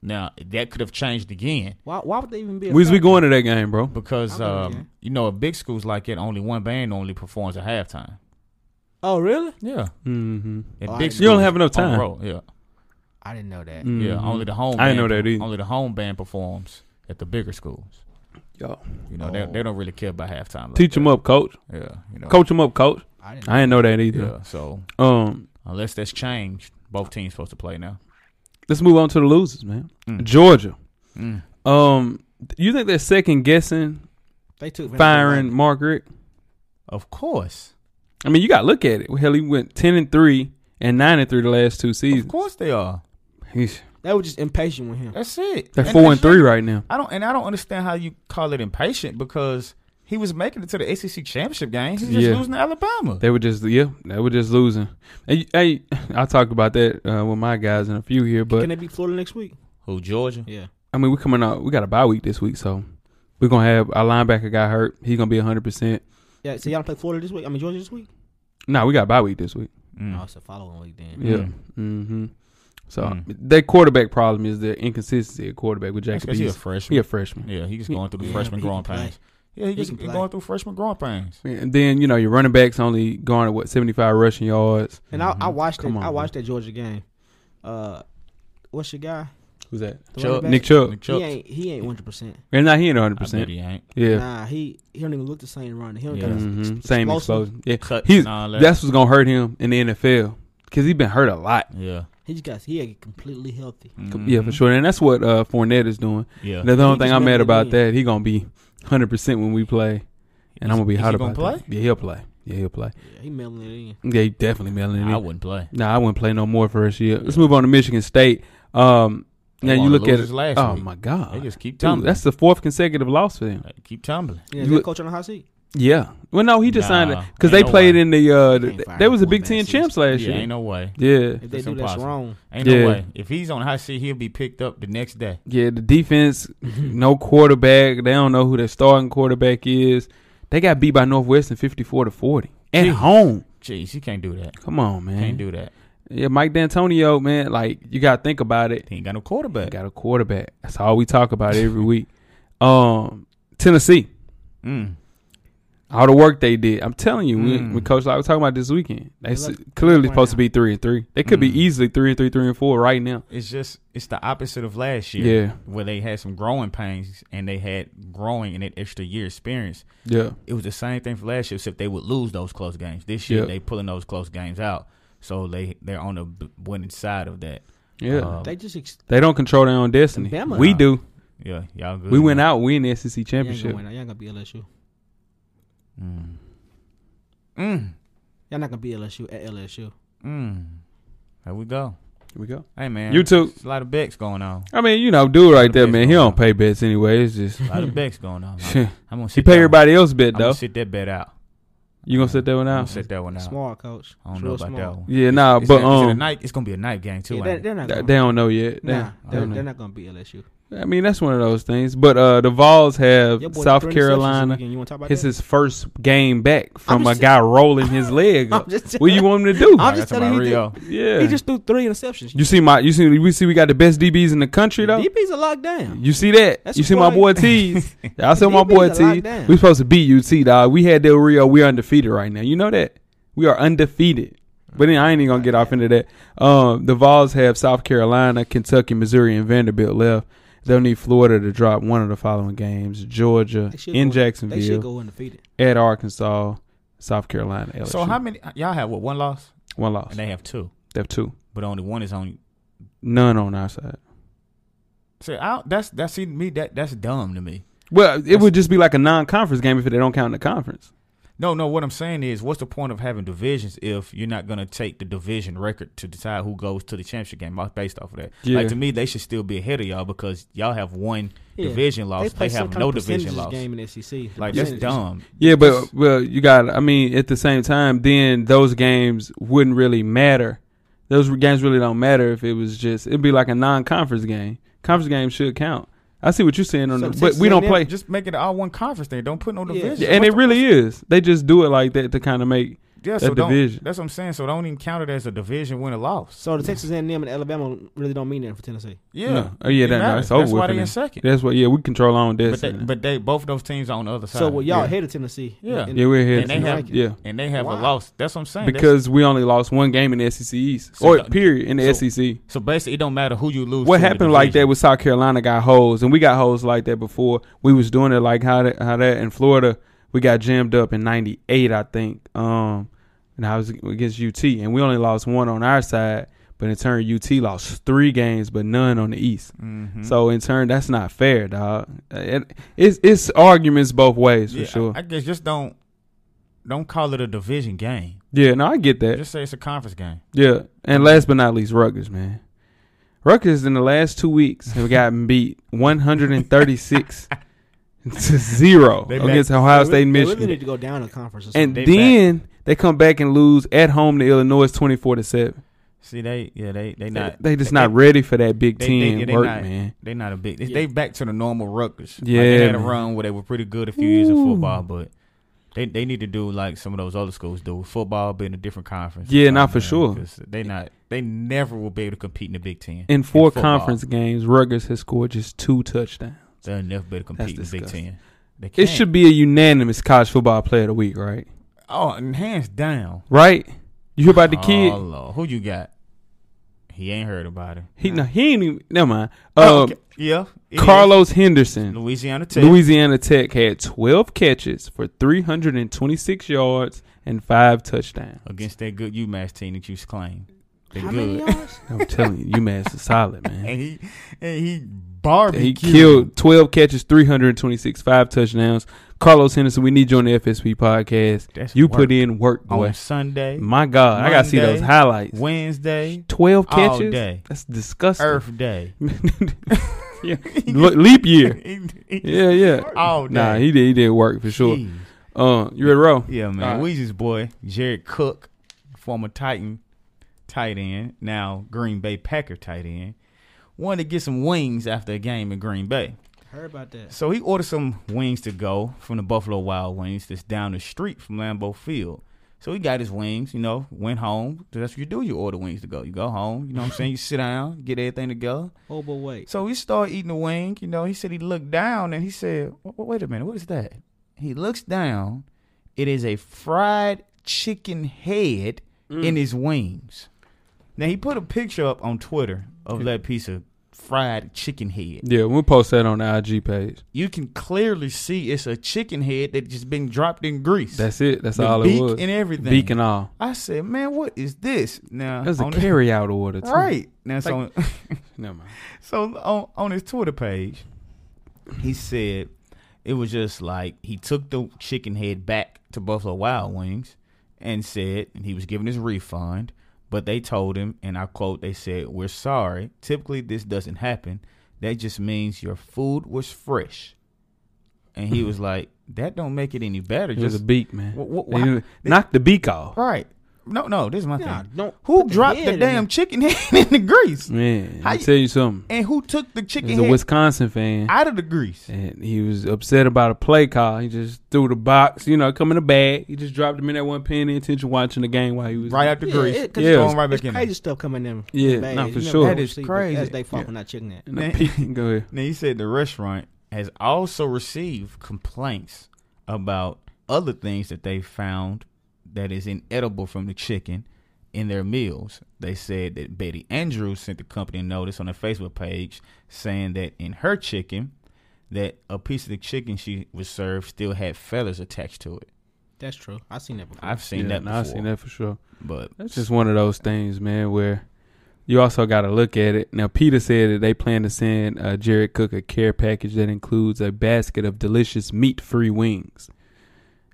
Now that could have changed again Why, why would they even be? a When's we factor? going to that game, bro? because I believe you. um, you know at big schools like that, only one band only performs at halftime. Oh, really? Yeah, Mm-hmm. at Oh, I- big You schools, don't have enough on the time. Mm-hmm. road, Yeah, I didn't know that. yeah. Only the home. I didn't band- know that either. Only the home band performs at the bigger schools. Yo. You know they, Oh. they don't really care about halftime. Like Teach them up, coach. Yeah, you know. Coach them up, coach. I didn't. I didn't know that either. Yeah, so Um, unless that's changed, both teams supposed to play now. let's move on to the losers, man. Mm. Georgia. Mm. Um, you think they're second guessing They took Vanderbilt firing lightly. Margaret? Of course, I mean, you got to look at it. Hell, he went ten and three and nine and three the last two of seasons. course they are. Heesh. They were just impatient with him. That's it. They're four and that's three it. right now. I don't, and I don't understand how you call it impatient because he was making it to the ACC championship game. He's just Yeah. losing to Alabama. They were just yeah, they were just losing. Hey, hey I talked about that uh, with my guys and a few here, Can but they beat Florida next week? Who Georgia? Yeah. I mean, we coming out. We got a bye week this week, so we're gonna have our linebacker got hurt. He's gonna be hundred percent. Yeah. So y'all play Florida this week? I mean Georgia this week? Nah, we got a bye week this week. No, Mm. it's the following week then. Yeah. Mm. Mm-hmm. So Mm. their quarterback problem is their inconsistency at quarterback with That's Jacob 'cause he a Eason. freshman. He a freshman. Yeah, he just He- going through the Yeah, freshman but he growing can play. pains. Yeah, he just can he play. going through freshman growing pains. And then you know your running backs only going at what seventy five rushing yards. And I, I watched it. Come on, I man. watched that Georgia game. Uh, what's your guy? Who's that? The Chubb. running Nick back? Chubb. Nick He Chubb. ain't. He ain't one hundred percent. And now he ain't hundred I bet Uh, percent. he ain't. Yeah. Nah, he he don't even look the same running. He don't Yeah. got his Mhm. ex- Same explosive. explosion. Yeah. Cut He's and all that. that's what's gonna hurt him in the NFL because he's been hurt a lot. yeah. He just got he ain't completely healthy. Yeah, for Mhm. sure. And that's what uh, Fournette is doing. Yeah. That's the only He thing just I'm never mad did about. win. That he gonna be hundred percent when we play, and I'm gonna be is hot he about gonna that. Yeah, he'll play. Yeah, he'll play. Yeah, he mailing it in. Yeah, he definitely mailing it I in. wouldn't play. Nah, I wouldn't play no more for this year. Let's move on to Michigan State. Um, They now you wanna look at lose it. us last Oh week. my They god, just keep Dude, tumbling. that's the fourth consecutive loss for them. They keep tumbling. Yeah, You that look- coach on the hot seat. Yeah. Well, no, he just signed it Nah, because ain't they no played way. in the. Uh, Can't th- find they was a one Big that Ten season. champs last Yeah, ain't year. no way. Yeah, If they That's do that's impossible. wrong. Ain't Yeah. no way. If he's on hot seat, he'll be picked up the next day. yeah. The defense, no quarterback. They don't know who their starting quarterback is. They got beat by Northwestern fifty-four to forty at Jeez. home. Jeez, he can't do that. Come on, man. Can't do that. Yeah, Mike D'Antonio, man. Like you got to think about it. He ain't got no quarterback. Got a quarterback. That's all we talk about every week. Um, Tennessee, Mm. all the work they did. I'm telling you, we Mm. when Coach Locke was talking about this weekend, they s- look- clearly look supposed to right be three and three. They could Mm. be easily three and three, three and four right now. It's just it's the opposite of last year. Yeah, Where they had some growing pains and they had growing and that extra year experience. yeah, It was the same thing for last year, except they would lose those close games. This year Yeah. they pulling those close games out, so they they're on the b- winning side of that. yeah. Um, They just ex- they don't control their own destiny. Bama. We do. yeah, y'all good. We went out, we in the SEC y'all ain't championship. gonna win. Y'all ain't gonna be LSU. Mm. Mm. Y'all not gonna be LSU at LSU. Mm. There we go. Here we go. Hey man, You too. It's a lot of bets going on. I mean, you know, dude, right there, best man. He one. don't pay bets anyway. It's just A lot of bets going on. Shit. I'm, I'm gonna sit he pay that one- everybody else bet I'm gonna though. sit that bet out. You gonna set that one I'm gonna out? sit that one out. Smart coach. I don't It's know real about smart. that one. Yeah, nah, It's but a- it's a um, night, it's gonna be a night game too. Yeah, ain't they, it? they're not. they Gonna, don't know yet. They- nah, they they're, don't know. they're not gonna beat LSU. I mean, that's one of those things. But uh, the Vols have Your boy South threw interceptions this Carolina. weekend. You want to talk about It's that? his first game back from I'm a just- guy rolling his leg. I'm up. just What you want him to do? I I'm got just somebody telling Rio. you yeah. He just threw three interceptions. you see my. You see. We see. We got the best DBs in the country though. DB's a lockdown. You see that? That's you see my boy why- T's. I said my DBs boy are T. locked down. We supposed to beat UT, dog. We had Del Rio. We undefeated right now. You know that? We are undefeated. But then I ain't even gonna get off into that. Um, the Vols have South Carolina, Kentucky, Missouri, and Vanderbilt left. They'll need Florida to drop one of the following games: Georgia They should in go- They should Jacksonville, go undefeated. at Arkansas, South Carolina. LSU. So how many y'all have? What one loss? One loss. And They they have two, have two. but only one is on. None on our side. See, I, don't- that's that's see me that that's dumb to me. Well, it That's- would just be like a non-conference game if they don't count the conference. No, no. What I'm saying is, what's the point of having divisions if you're not gonna take the division record to decide who goes to the championship game? Like, Based off of that, Yeah. like to me, they should still be ahead of y'all because y'all have one Yeah. division loss. They, play some have kind no of division percentages loss. Game in E SEC. Like that's Percentages. dumb. Yeah, but well, you got. I mean, at the same time, then those games wouldn't really matter. Those games really don't matter if it was just. It'd be like a non-conference game. Conference games should count. I see what you're saying on, So the, but Texas we don't A&M play, Just make it all one conference thing. Don't put no Yeah. division. Yeah, and What it the- really is. They just do it like that to kind of make. yeah, a so don't- division. That's what I'm saying. So don't even count it as a division win or loss. So the Texas A&M and Alabama really don't mean nothing for Tennessee. Yeah, No. Oh, yeah, It that- no, matters. it's over That's with why for they them. in second. That's what. Yeah, we control our own But they, destiny. but they both those teams are on the other side. So well, y'all yeah. ahead of Tennessee. Yeah. in- And- yeah, we're ahead. and they have- yeah, and they have Why? a loss. That's what I'm saying. That's- because we only lost one game in the SEC East, So or the- period in the E so- SEC. so basically, it don't matter who you lose. What to in the happened like that division. with South Carolina got holes, and we got holes like that before. We was doing it like how that, how that in Florida we got jammed up in '98, I think. Um, and I was against UT, and we only lost one on our side, but in turn UT lost three games, but none on the East. Mhm. So in turn, that's not fair, dog. It, it's it's arguments both ways for Yeah, I- sure. I, guess just don't don't call it a division game. yeah, no, I get that. Just say it's a conference game. Yeah, Mm-hmm. and last but not least, Rutgers, man. Rutgers in the last two weeks have gotten beat 136 to zero They against back- Ohio They State, really- They really Michigan, need to go down to conference. Or and something. they then they come back and lose at home to Illinois 24 to seven. See, they yeah they they They, not they just they- not ready for that Big they- Ten they- they work, not- man. they not a big. They, Yeah. they back to the normal Rutgers. Like, Yeah, they had a man. run where they were pretty good a few years in Ooh. football, but. They, they need to do like some of those other schools do. Football being a different conference. Yeah, Like, nah, for man, sure. 'cause They not. They never will be able to compete in the Big Ten. In four football. conference games, Rutgers has scored just two touchdowns. They'll never be able to compete in the Big disgusting. Ten. They It can't. should be a unanimous college football player of the week, right? Oh, and hands down. Right? You hear about the kid? Um, Oh, Lord. Who you got? He ain't heard about it. He no, he ain't even. Never mind. Oh, Um, okay. Yeah. it is. Carlos Henderson. Louisiana Tech. Louisiana Tech had 12 catches for 326 yards and five touchdowns. against that good UMass team that you claim. They how many good. yards? I'm telling you, UMass is solid, man. And he and he And barbecued. He killed 12 catches, 326, five touchdowns. Carlos Henderson, we need you on the FSP podcast. That's you work. put in work, on boy. Sunday, My God, I got to see Monday, those highlights. Wednesday, 12 all catches? day. That's disgusting. Earth Day. yeah. Le- Leap year. He- he- Yeah, yeah. All day. Nah, he did, he did work for sure. Jeez. Uh, you ready to roll? Yeah, man. All right. Weezy's boy, Jared Cook, former Titan tight end, now Green Bay Packer tight end, wanted to get some wings after a game in Green Bay. Heard about that. So he ordered some wings to go from the Buffalo Wild Wings that's down the street from Lambeau Field. So he got his wings, you know, went home. That's what you do. You order wings to go. You go home, you know what I'm saying? You sit down, get everything to go. Oh, but wait. So he started eating the wing. You know, he said he looked down and he said, "W- w- "Wait a minute, what is that?" He looks down. It is a fried chicken head Mm. in his wings. Now he put a picture up on Twitter of that piece of fried chicken head. Yeah, we'll post that on the IG page. You can clearly see it's a chicken head that just been dropped in grease. That's it. That's The all beak it was. and everything. Beak and all. I said, "Man, what is this?" Now That's a on the- carry out order, too. right now, so Never mind. So on on his Twitter page, he said it was just like he took the chicken head back to Buffalo Wild Wings and said and he was given his refund, but they told him and I quote they said, "We're sorry. Typically this doesn't happen. That just means your food was fresh." And he was like, "That don't make it any better." It was a Just beak, man. Wha- wha- They wha- didn't- knock the beak off. right. No, no, this is my Nah, thing. don't Who put the dropped head the in damn it. chicken head in the grease? Man, How I you- tell you something. And who took the chicken He's a head Wisconsin fan, out of the grease? and he was upset about a play call. He just threw the box, you know, come in the bag. He just dropped him in that one pin. Attention, watching the game while he was right after Yeah, Greece. it- 'cause Yeah. it's going right It's back in. crazy stuff coming in. Yeah, Bad. nah, for You never sure. know That is who see, crazy. As they fucking not chicken that. And the peak- Go ahead. Now you said the restaurant has also received complaints about other things that they found that is inedible from the chicken in their meals. They said that Betty Andrews sent the company a notice on her Facebook page saying that in her chicken that a piece of the chicken she was served still had feathers attached to it. That's true. I seen that before. I've seen Yeah, that nah, before. I've seen that for sure. But That's just one of those things, man, where you also got to look at it. Now, Peter said that they plan to send uh, Jared Cook a care package that includes a basket of delicious meat free wings.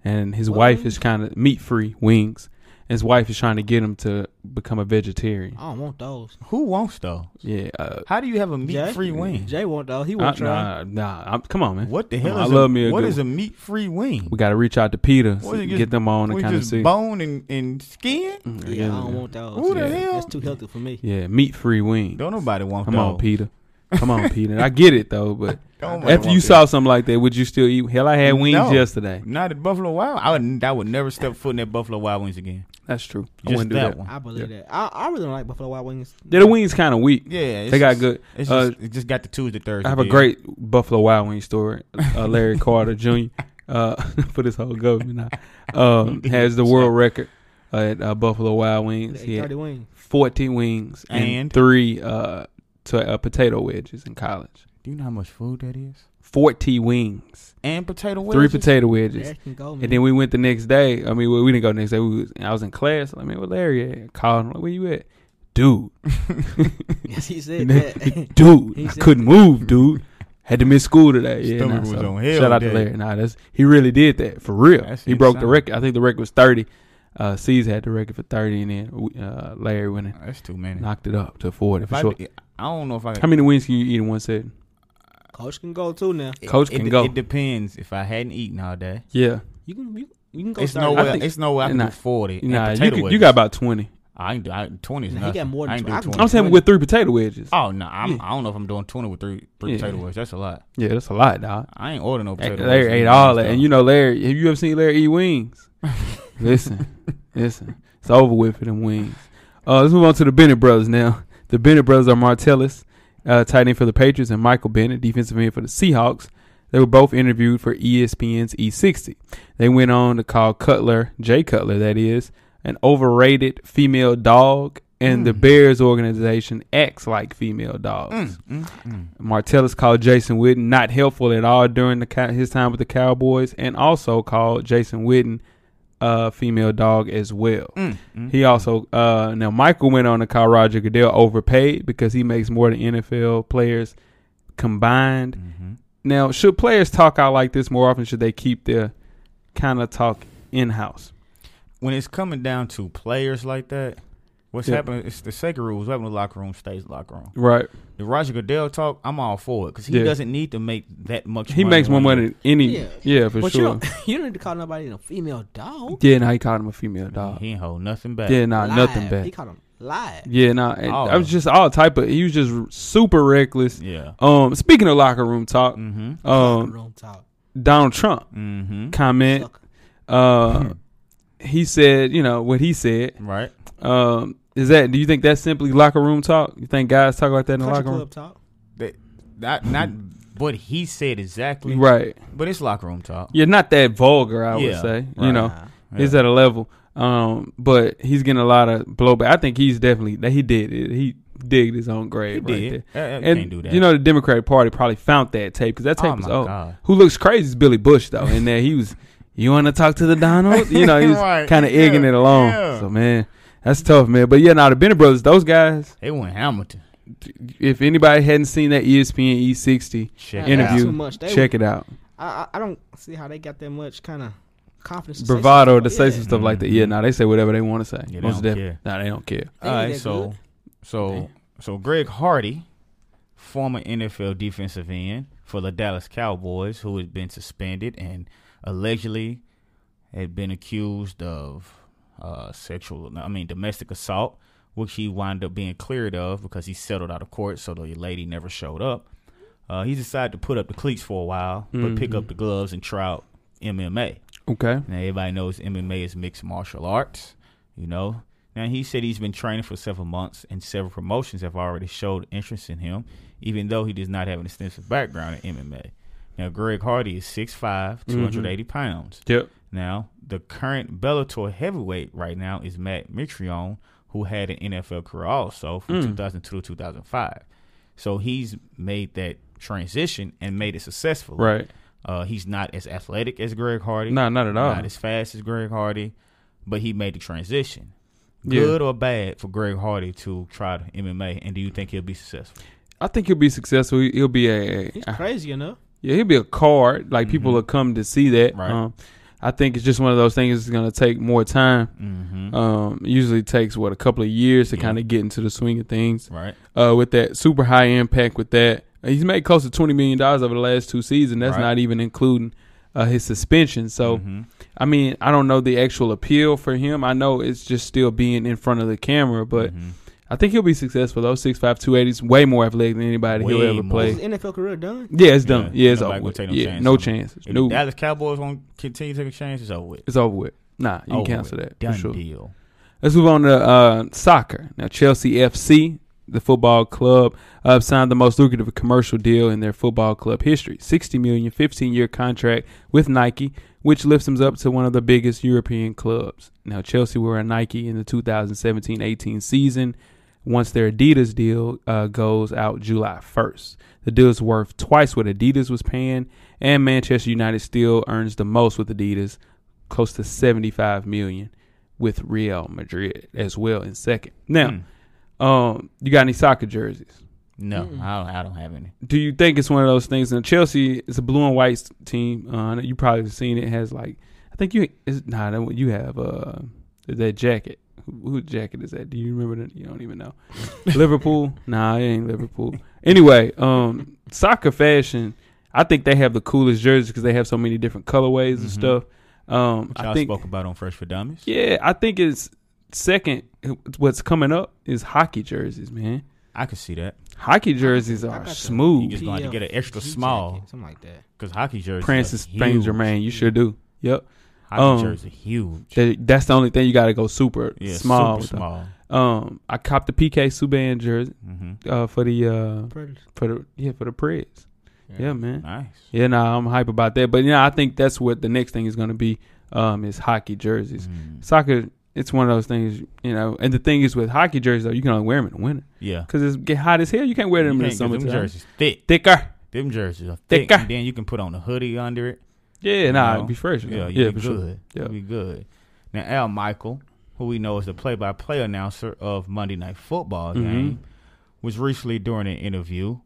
And his What wife wings? is kind of meat free wings. And his wife is trying to get him to become a vegetarian. I don't want those. who wants those? Yeah. Uh, How do you have a meat Jay? free wing? Jay want those. He I, want try. Uh, nah, nah. I'm, come on, man. What the Come hell on, is I love a, me a what good is a meat free wing? We got to reach out to Peter, What, see- you just- get them on and We kind of just see. bone and, and skin. Mm, Yeah, I don't want those. Who the yeah. hell? That's too healthy for me. Yeah, meat free wings. Don't nobody want Come those. on, Peter. Come on, Peter. I get it though, but Don't nobody after want you that. saw something like that, would you still eat? Hell, I had wings No. yesterday. Not at Buffalo Wild. I would, I would never step foot in that Buffalo Wild Wings again. That's true. I Just wouldn't do that that. one. I believe that. I, I really don't like Buffalo Wild Wings. Yeah, the wings kind of weak. Yeah, it's They got just- good- It's uh, just, it just got the Tuesday Thursday. I have a deal. great Buffalo Wild Wings story. Uh, Larry Carter Jr. Uh, for this whole government, now, um, has the world record at uh, Buffalo Wild Wings. They He ate had Thirty wings. 40 wings and, And? three uh, to, uh, potato wedges in college. Do you know how much food that is? 40 wings, And potato three wedges. potato wedges. That can go, man. And then we went the next day. I mean, we, we didn't go the next day. We was, I was in class. I mean, where Larry at? Called him. Like, where you at? Dude. yes, he said And then, that. dude, He I said- couldn't move, dude. Had to miss school today. Yeah, Stomach nah, was so on hell Shout out to today. Larry. Nah, that's he really did that for real. That's he broke the insane. record. I think the record was thirty. Uh, C's had the record for thirty, and then uh, Larry went and That's too many. knocked it up to forty If for I, sure. I don't know if I. How many wins can you eat in one set? Coach can go too now. it- Coach it, can de- go. It depends. If I hadn't eaten all day, Yeah, You can you, you can go. it's 30. no I way. think- It's no way I can nah. do forty. and nah, you, potato could, you wedges. got about twenty. I can do I, twenty. Is Nah, he nothing. got more than I can tw- I do can- twenty. I'm saying 20. with three potato wedges. Oh no, I'm, Yeah. I don't know if I'm doing twenty with three, three Yeah. potato wedges. That's a lot. Yeah, that's a lot, dog. I ain't ordering no potato wedges. Larry ate all that, and you know Larry. Have you ever seen Larry eat wings? listen, listen, it's over with for them wings. Uh, let's move on to the Bennett brothers now. The Bennett brothers are Martellus, uh, tight end for the Patriots, and Michael Bennett, defensive end for the Seahawks. They were both interviewed for E ESPN's E60. They went on to call Cutler, Jay Cutler, that is, an overrated female dog, and the Bears organization acts like female dogs. Mm. Martellus called Jason Witten not helpful at all during the cow- his time with the Cowboys, and also called Jason Witten a female dog as well. Mm-hmm. mm, He also uh, now Michael went on to call Roger Goodell overpaid because he makes more than NFL players combined. mm. Now, should players talk out like this more often? Should they keep their kind of talk in house? when it's coming down to players like that, What's Yeah. happening? It's the sacred rules. What happened in the locker room stays in the locker room. Right. The Roger Goodell talk, I'm all for it because he Yeah. doesn't need to make that much. He money makes more one money year. than any. Yeah, Yeah. for but you sure. don't, you don't need to call nobody a female dog. Yeah, now he called him a female dog. He ain't hold nothing back. Yeah, nah, Live. nothing bad. Um, He called him live. Yeah, nah. and All I was of just all type of. He was just r- super reckless. Yeah. Um, speaking of locker room talk, Mm-hmm. um, Room talk. Donald Trump Mm-hmm. comment. Sucker. Uh, he said, you know what he said. Right. Um, is that? Do you think that's simply locker room talk? You think guys talk like that in the Country locker room? club talk. That, not not what he said exactly. Mm-hmm. Right. But it's locker room talk. You're not that vulgar. I would Yeah, say. You right. know, Nah. he's at a level. Um, but he's getting a lot of blowback. I think he's definitely that he did it. He digged his own He grave right there. did. Uh, uh, you and can't do that. you know the Democratic Party probably found that tape because that tape oh was my old. God. Who looks crazy is Billy Bush though. In there, he was. You want to talk to the Donald? You know, he was Right, kind of yeah, egging it along. yeah. So man, that's tough, man. But yeah, now the Bennett brothers, those guys. They went Hamilton. If anybody hadn't seen that E ESPN E60 Check Yeah, it out. that's interview, too much. They- check it out. I, I I don't see how they got that much kind of confidence. to say Bravado something. to say Yeah. some stuff like that. Yeah, now they say whatever they want to say. Yeah, they Most don't definitely. Nah, they don't care. They All ain't right, that so good. so so Greg Hardy, former NFL defensive end for the Dallas Cowboys, who had been suspended and allegedly had been accused of uh, sexual, I mean domestic assault, which he wound up being cleared of because he settled out of court, so the lady never showed up. Uh, he decided to put up the cleats for a while, but Mm-hmm. pick up the gloves and try out MMA. Okay. Now everybody knows MMA is mixed martial arts, you know. Now he said he's been training for several months and several promotions have already showed interest in him, even though he does not have an extensive background in MMA. Now Greg Hardy is 6'5", 280 pounds. Yep. Now the current Bellator heavyweight right now is Matt Mitrione, who had an NFL career also from 2002 to 2005. So he's made that transition and made it successful. Right. Uh, he's not as athletic as Greg Hardy. Nah, not at all. Not as fast as Greg Hardy, but he made the transition. Yeah. Good or bad for Greg Hardy to try the MMA, and do you think he'll be successful? I think he'll be successful. He- He'll be a, He's a crazy enough. Yeah, he'll be a card. Like people will come to see that. Right. Um, I think it's just one of those things. It's gonna take more time. Mm-hmm. Um, it usually takes what a couple of years to Yeah. kind of get into the swing of things. Right. Uh, with that super high impact, with that he's made close to twenty million dollars over the last two seasons. That's Right. not even including uh, his suspension. So, Mhm. I mean, I don't know the actual appeal for him. I know it's just still being in front of the camera, but Mhm. I think he'll be successful. Though six five two eighties, way more athletic than anybody Way he'll ever more. play. His NFL career done. Yeah, it's done. Yeah, Yeah, it's nobody over. gonna With. take no yeah, chances no on it. chances. If No, the Dallas Cowboys won't continue taking chances, it's over with. it's over with. Nah, you Over can cancel with. that Done for sure. deal. Let's move on to uh, soccer now. Chelsea FC, the football club, uh, signed the most lucrative commercial deal in their football club history: sixty million, fifteen-year contract with Nike, which lifts them up to one of the biggest European clubs. Now, Chelsea were a Nike in the 2017-18 season. Once their Adidas deal uh, goes out July 1st, the deal is worth twice what Adidas was paying, and Manchester United still earns the most with Adidas, close to 75 million with Real Madrid as well in second. Now, Mm. um, you got any soccer jerseys? No, I, don't, I don't have any. Do you think it's one of those things? Now Chelsea is a blue and white team. Uh, you probably seen it has like I think you is nah that one you have uh that jacket. Who, who jacket is that? Do you remember that? You don't even know. Liverpool? Nah, it ain't Liverpool. Anyway, um, soccer fashion. I think they have the coolest jerseys because they have so many different colorways and stuff. Um, Mm-hmm. Which I, I think spoke about on Fresh for Dummies. yeah, I think it's second. What's coming up is hockey jerseys, man. I could see that Hockey jerseys I are got you. You smooth. just gonna have to PFG get an extra small. jacket, something like that. because hockey jerseys. Francis are Saint huge. Germain, you sure do. Yep, Hockey Um, jerseys are huge. That- that's the only thing you got to go super Yeah, small. super with them. small. Um, I copped the PK Subban jersey Mm-hmm. uh, for the uh, Pretty- for the yeah for the Preds. Yeah, man. Nice. Yeah, nah, I'm hype about that. But yeah, I think that's what the next thing is going to be. Um, is hockey jerseys. Mm. Soccer, it's one of those things, you know. And the thing is with hockey jerseys, though, you can only wear them in the winter. Yeah. Cause it's get hot as hell. You can't wear them You in the can't- 'cause summertime. Them jerseys thick. Thicker. Them jerseys are Thick thick. guy. And then you can put on a hoodie under it. Yeah, you nah, know? it'd be fresh. Yeah, Yeah, you yeah, be for good. sure. Yeah. You be good. Now Al Michael, who we know is the play-by-play announcer of Monday Night Football Mhm. game, was recently during an interview,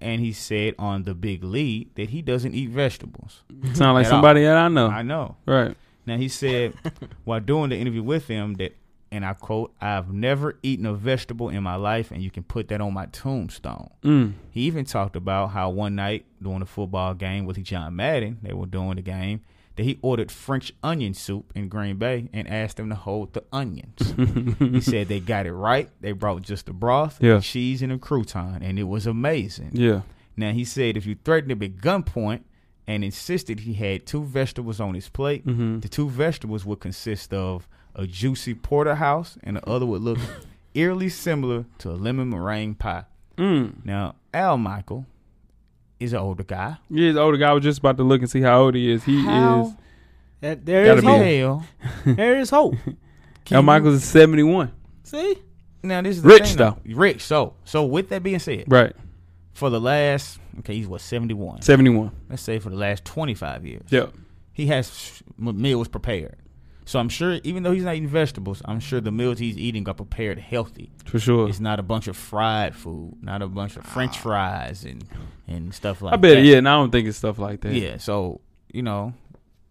and he said on the Big Lead that he doesn't eat vegetables. Sound like At all. Uh-huh. somebody that I know. I know. right. Now he said while doing the interview with him that and I quote, I've never eaten a vegetable in my life, and you can put that on my tombstone. Mm. He even talked about how one night during a football game with John Madden, they were doing the game, that he ordered French onion soup in Green Bay and asked them to hold the onions. he said they got it right. They brought just the broth, Yeah. the cheese, and a crouton, and it was amazing. Yeah. Now he said if you threatened him at gunpoint and insisted he had two vegetables on his plate, Mm. the two vegetables would consist of a juicy porterhouse and the other would look eerily similar to a lemon meringue pie. Mm. Now Al Michael is an older guy. Yeah, the older guy I was just about to look and see how old he is. He How is. That, there Gotta is be. hope. Hell, There is hope. can Al you- Michaels is seventy one. See? Now this is the Rich, thing, Rich. So so with that being said, Right. for the last okay, he's what seventy one. Seventy one. Let's say for the last twenty five years. Yeah. he has m- meals prepared. So I'm sure, even though he's not eating vegetables, I'm sure the meals he's eating are prepared healthy. For sure. It's not a bunch of fried food, not a bunch of French fries and and stuff like. Ah. I bet. that. Yeah, and I don't think it's stuff like that. yeah. So you know,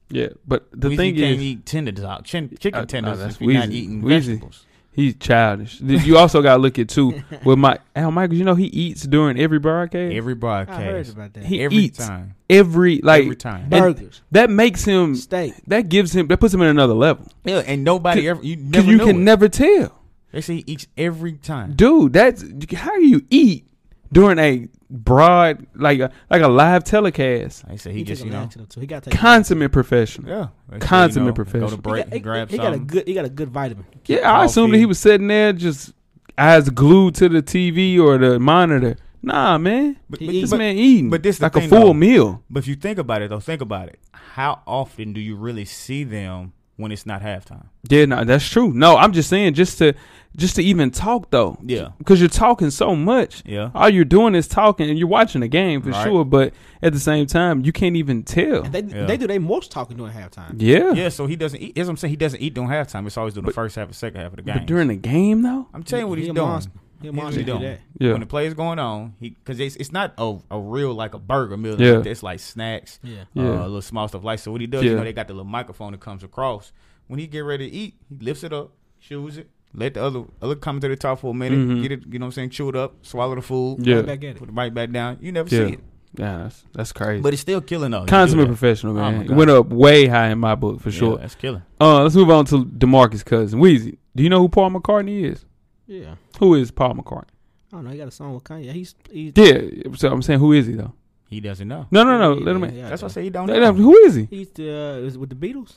Yeah. But the Weezy thing can't is, eat tender dog, chin, chicken Uh, no, tenders that's if we're not Weezy. eating Weezy. vegetables. he's childish. You also got to look at too. With my Al Michaels, you know he eats during every broadcast. Every I heard broadcast, about that. He every eats time, every like every time. and Burgers, that makes him. steak. That gives him. That puts him in another level. yeah, and nobody ever you Because never you know can it. never tell, They say he eats every time. dude. That's how you eat during a broad like a, like a live telecast. They say He, he, just took you an know accident too. He got taken- Consummate professional. yeah They say, you Consummate know, Go to professional. break, and He got, grab he, he got a something. good. He got a good vitamin. Yeah, I assumed that he coffee. was sitting there just eyes glued to the TV or the monitor. Nah, man. But, He but- eats- This but- man eating but this the like a thing, full though. meal. but if you think about it, though, think about it. How often do you really see them when it's not halftime? Yeah, no, that's true. No, I'm just saying just to just to even talk though. Yeah. Because you're talking so much. Yeah. Oh, All you're doing is talking and you're watching the game for Right. sure, but at the same time you can't even tell. They Yeah. they do their most talking during halftime. Yeah. Yeah, so he doesn't eat. As I'm saying, he doesn't eat during halftime. It's always during the first half or second half of the game. But during the game though? I'm telling you what He he's a doing. monster. He a Here's what monster he to do doing. that. Yeah. When the play is going on, he because it's, it's not a, a real like a burger meal. Yeah. It's like snacks, Yeah. uh, Yeah. a little small stuff like. So what he does, Yeah. you know, they got the little microphone that comes across. When he get ready to eat, he lifts it up, chews it, let the other other come to the top for a minute, Mhm. get it, you know what I'm saying, chew it up, swallow the food, Yeah. Right back at it. put it right back down. You never Yeah. see it. Yeah, that's that's crazy. But it's still killing though. You Consummate do that. professional, Oh, man. my It God. went up way high in my book for Yeah, sure. that's killing. Uh, let's move on to Demarcus Cousin. Weezy, do you know who Paul McCartney is? Yeah. Who is Paul McCartney? I don't know. He got a song with Kanye. He's he's Yeah, so I'm saying who is he though? He doesn't know. No, no, no. Let him in. Yeah, That's yeah. why I say he don't Let him- know. Who is he? He's the uh, is with the Beatles.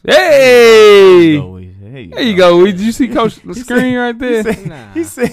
Hey, So he- there you go. Did you see Coach Screen right He there? said, Nah. he said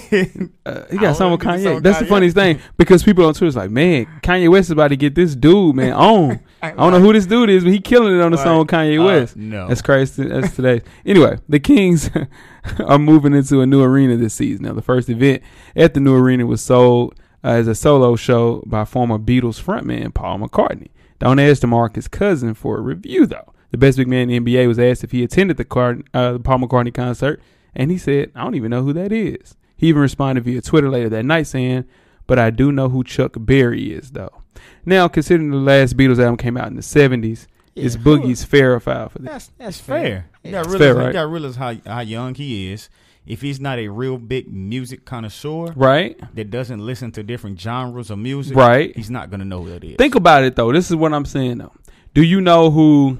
Uh, he I got something with wanna get this Kanye. on That's the Kanye. funniest thing because people on Twitter is like, man, Kanye West is about to get this dude man on. I I don't know who this dude is, but he killing it on the Right. song with Kanye West. Uh, no. That's crazy. That's today. Anyway, the Kings are moving into a new arena this season. Now, the first event at the new arena was sold uh, as a solo show by former Beatles frontman Paul McCartney. Don't ask DeMarcus Cousin for a review, though. The best big man in the NBA was asked if he attended the car, uh, the Paul McCartney concert, and he said, I don't even know who that is. He even responded via Twitter later that night saying, But I do know who Chuck Berry is, though. Now, considering the last Beatles album came out in the 70s, it's Yeah. Boogie's fair file for this. That's that's It's fair. You It's gotta realize, fair, you right? gotta realize how, how young he is. If he's not a real big music connoisseur Right? that doesn't listen to different genres of music, Right. he's not gonna know what it is. Think about it though. This is what I'm saying though. Do you know who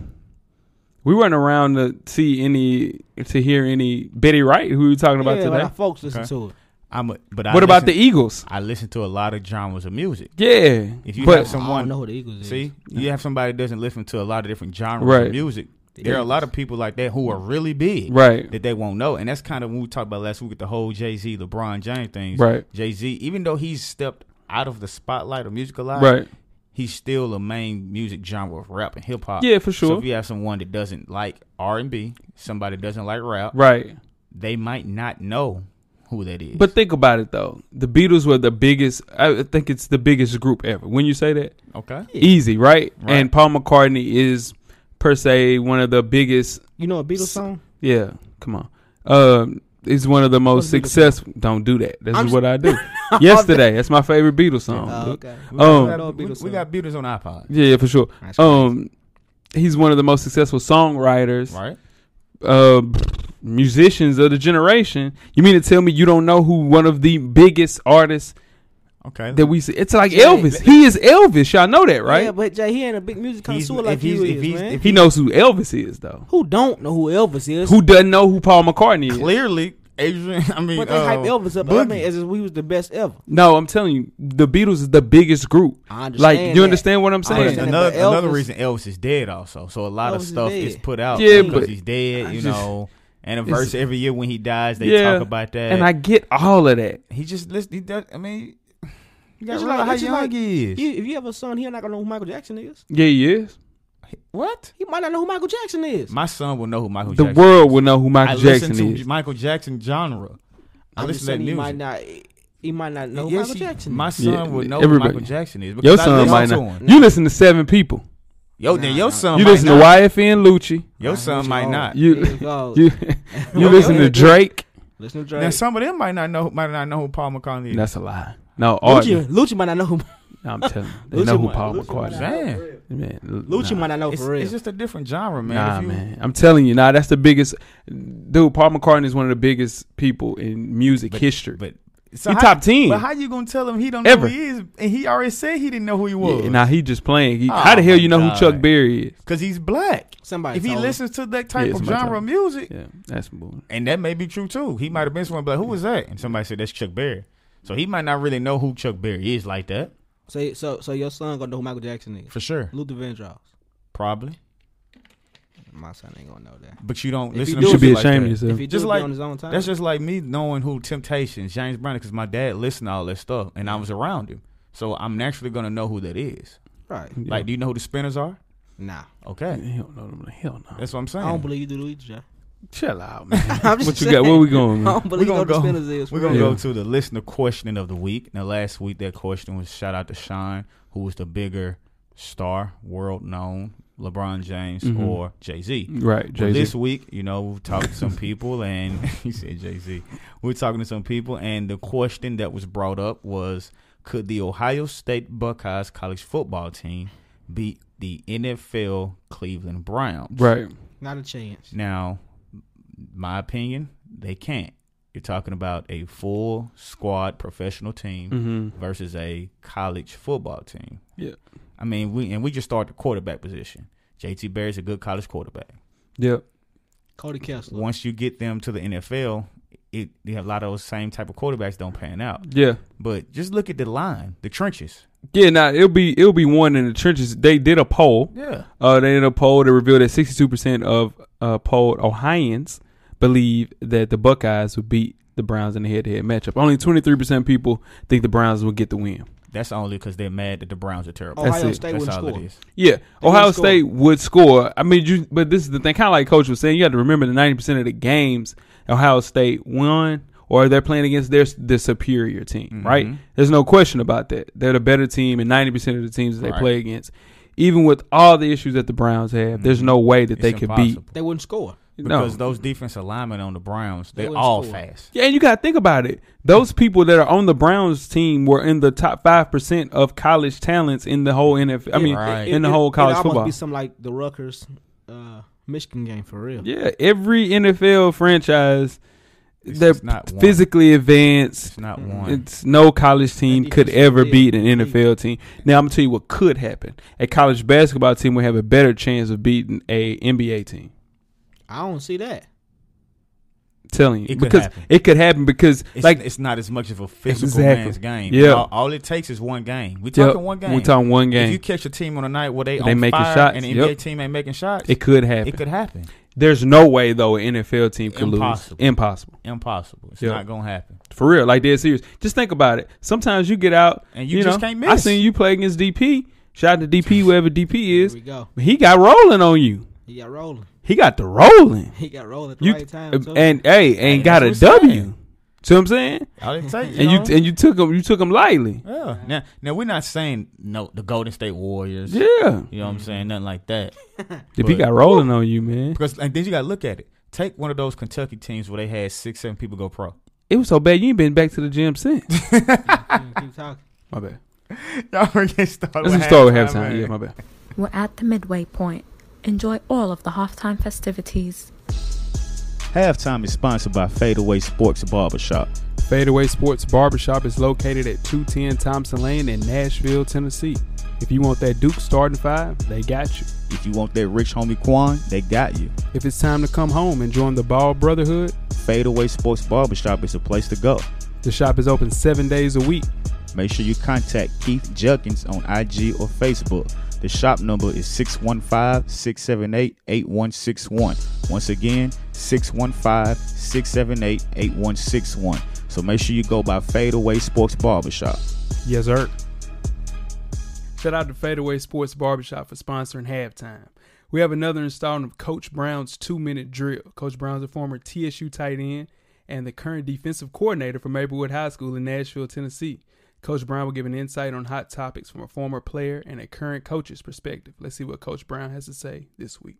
we weren't around to see any to hear any Betty Wright who we were talking about yeah, but today? our folks listen Okay. to it. I'm a, but I what about the listen- Eagles? I listen to a lot of genres of music. Yeah. If you have but someone I don't know who the Eagles is. See, you have somebody that doesn't listen to a lot of different genres Right. of music. There are a lot of people like that who are really big right. that they won't know, and that's kind of when we talked about last week with the whole Jay Z, LeBron James things. Right. Jay Z, even though he's stepped out of the spotlight of music a lot, Right. he's still the main music genre of rap and hip hop. Yeah, for So sure. if you have someone that doesn't like R and B, somebody that doesn't like rap, Right. they might not know who that is. But think about it though. The Beatles were the biggest I think it's the biggest group ever. When you say that? okay, Easy, right? Right. And Paul McCartney is per se one of the biggest You know a Beatles S- song? Yeah, come on. Um, it's one of the most What's Beatles successful. Don't do that. This I'm is s- what I do. Yesterday, that's my favorite Beatles song. Oh, dude. okay. we, Um, got, we, we got Beatles on iPod, Yeah, yeah, for sure. That's crazy. Um, he's one of the most successful songwriters. right? Uh, musicians of the generation. You mean to tell me you don't know who one of the biggest artists Okay. that we see? It's like Yeah, Elvis. He is Elvis. Y'all know that, right? Yeah, but Jay, he ain't a big music He's- connoisseur if like he's- you if is, he's- man. if- He knows who Elvis is, though. Who don't know who Elvis is? Who doesn't know who Paul McCartney is? Clearly, Adrian. I mean, But they hype uh, Elvis up. I Boogie. mean, as if we was the best ever. No, I'm telling you, the Beatles is the biggest group. I Like, understand. you understand what I'm But saying? understand. another but Elvis- another reason Elvis is dead also. So a lot Elvis of is stuff dead. is put out Yeah, because but he's dead. I you just- know, anniversary every year when he dies, they Yeah, talk about that. And I get all of that. he just listen. He does, I mean, you got It's to like- realize how it's young like- he is. You, if you have a son, he not gonna know who Michael Jackson is. Yeah, he is. what? He might not know who Michael Jackson is. My son will know who Michael The Oh, Jackson. world will know who I Michael listen Jackson to is. Michael Jackson genre. I listen I'm just to that saying he music. might not. He might not know who Yes, Michael he- Jackson. My is. son Yeah, would know everybody. who Michael Jackson is. Your because I son listen might to not. him. You listen to seven people. Yo, then Nah, nah. your son. You might listen to not. YFN Lucci. Your son might not. You- Here it goes. You, you listen to Drake. Listen to Now Drake. some of them might not know. Might not know who Paul McCartney is. That's a lie. No, art. Lucci, Lucci might not know who. I'm telling you, they Lucci know who might- Paul Lucci might McCartney not- is. Man. Man, l- Lucci nah. might not know it's, for real. it's just a different genre, man. Nah, If you- man. I'm telling you, nah, that's the biggest. Dude, Paul McCartney is one of the biggest people in music history. But so He how- top 10. But how you gonna tell him he don't Ever. know who he is? And he already said he didn't know who he was Yeah, now he just playing. He- how the Oh, hell my you know God. who Chuck Berry is? because he's black. Somebody. If he told him. listens to that type Yeah, of somebody told genre of music, Yeah, that's bull. and that may be true too, he might have been someone like, "Who was that?" And somebody said, "That's Chuck Berry." So he might not really know who Chuck Berry is like that So, so, so your son gonna know who Michael Jackson is. for sure, Luther Vandross. probably. My son ain't gonna know that. But you don't If he listen. to do, You it should be music like ashamed that. of yourself. If he Just just like- like on his own time. That's just like me knowing who Temptations, James Brown, because my dad listened to all that stuff, and I was around him, so I'm naturally gonna know who that is. right. Yeah. Like, do you know who the Spinners are? Nah, Okay, Hell no, no, hell no. that's what I'm saying. I don't believe you do either, Jay. Chill out, man. I'm just what you got? Where we going, man? I don't believe gonna you go- know the spinners is. We're for gonna real. go to the listener question of the week. Now, last week that question was shout out to Sean, who was the bigger star, world known, LeBron James Mm-hmm. Mhm. or Jay Z. Right, Well, Jay this week, you know, we've talked to some people, and he said Jay Z. We're talking to some people, and the question that was brought up was, could the Ohio State Buckeyes college football team beat the NFL Cleveland Browns? Right. Not a chance. Now, my opinion, they can't. You're talking about a full squad professional team Mm-hmm. versus a college football team. Yeah. I mean, we and we just start the quarterback position. JT Barry's a good college quarterback. Yep. Cody Kessler. Once you get them to the NFL, it you have a lot of those same type of quarterbacks don't pan out. Yeah. But just look at the line, the trenches. Yeah. Now it'll be it'll be one in the trenches. They did a poll. Yeah. Uh, they did a poll that revealed that 62 percent of uh, polled Ohioans believe that the Buckeyes would beat the Browns in the head-to-head matchup. Only 23 percent people think the Browns will get the win. That's only because they're mad that the Browns are terrible. that's Ohio it. State That's wouldn't all score. it is. Yeah, They Ohio would score. State would score. I mean, you, but this is the thing. Kind of like Coach was saying, you got to remember the ninety percent of the games Ohio State won, or they're playing against their the superior team, right? Mhm. There's no question about that. They're the better team, and ninety percent of the teams that they Right. play against, even with all the issues that the Browns have, there's no way that Mm-hmm. It's they could beat. impossible. They wouldn't score. No, because those defensive linemen on the Browns, They they're wouldn't all score. fast. yeah, and you got to think about it. Those people that are on the Browns team were in the top five percent of college talents in the whole NFL. I mean, Right. in the whole college it'd football. almost be something like the Rutgers, uh, Michigan game for real. Yeah, every NFL franchise It's they're just not one. physically advanced. It's not Mhm. one. It's no college team That could defense ever is beat an elite. NFL team. Now I'm gonna tell you what could happen. A college basketball team would have a better chance of beating a NBA team. I don't see that. I'm telling you, It could because happen. it could happen because It's, like it's not as much of a physical Exactly. man's game. Yeah. all, all it takes is one game. We Yep, talking one game. We're talking one If game. you catch a team on a night where they, They on making fire shots, and the yep. NBA team ain't making shots, it could it happen. could happen. There's no way though an NFL team could Impossible. lose. Impossible. Impossible. It's Yep. not gonna happen. For real, like dead serious. Just think about it. Sometimes you get out And you just know, can't miss. I seen you play against DP. Shout out to DP, whoever DP Here is. we go. He got rolling on you. He got rolling. He got the rolling. He got rolling at the You right time. Too. and hey, and Hey, got a that's what I'm W. saying. See what I'm saying? All it takes. And you know? and you took him you took him lightly. yeah. Now, now we're not saying no. The Golden State Warriors. Yeah. You know what I'm saying? Nothing like that. If he But- got rolling on you, man. Because and then you gotta look at it. Take one of those Kentucky teams where they had six, seven people go pro. It was so bad you ain't been back to the gym since. Mm, keep talking. My bad. Y'all get started. Let's just start with halftime. Yeah, my bad. We're at the midway point. Enjoy all of the halftime festivities. Halftime is sponsored by Fadeaway Sports Barbershop. Fadeaway Sports Barbershop is located at 210 Thompson Lane in Nashville, Tennessee. If you want that Duke starting five, they got you. If you want that rich homie Quan, they got you. If it's time to come home and join the Ball Brotherhood, Fadeaway Sports Barbershop is the place to go. the shop is open seven days a week. Make sure you contact Keith Judkins on IG or Facebook. The shop number is 615 678 8161. Once again, 615 678 8161. So make sure you go by Fadeaway Sports Barbershop. Yes, sir. Shout out to Fadeaway Sports Barbershop for sponsoring halftime. We have another installment of Coach Brown's two minute drill. Coach Brown's a former TSU tight end and the current defensive coordinator for Maplewood High School in Nashville, Tennessee. Coach Brown will give an insight on hot topics from a former player and a current coach's perspective. Let's see what Coach Brown has to say this week.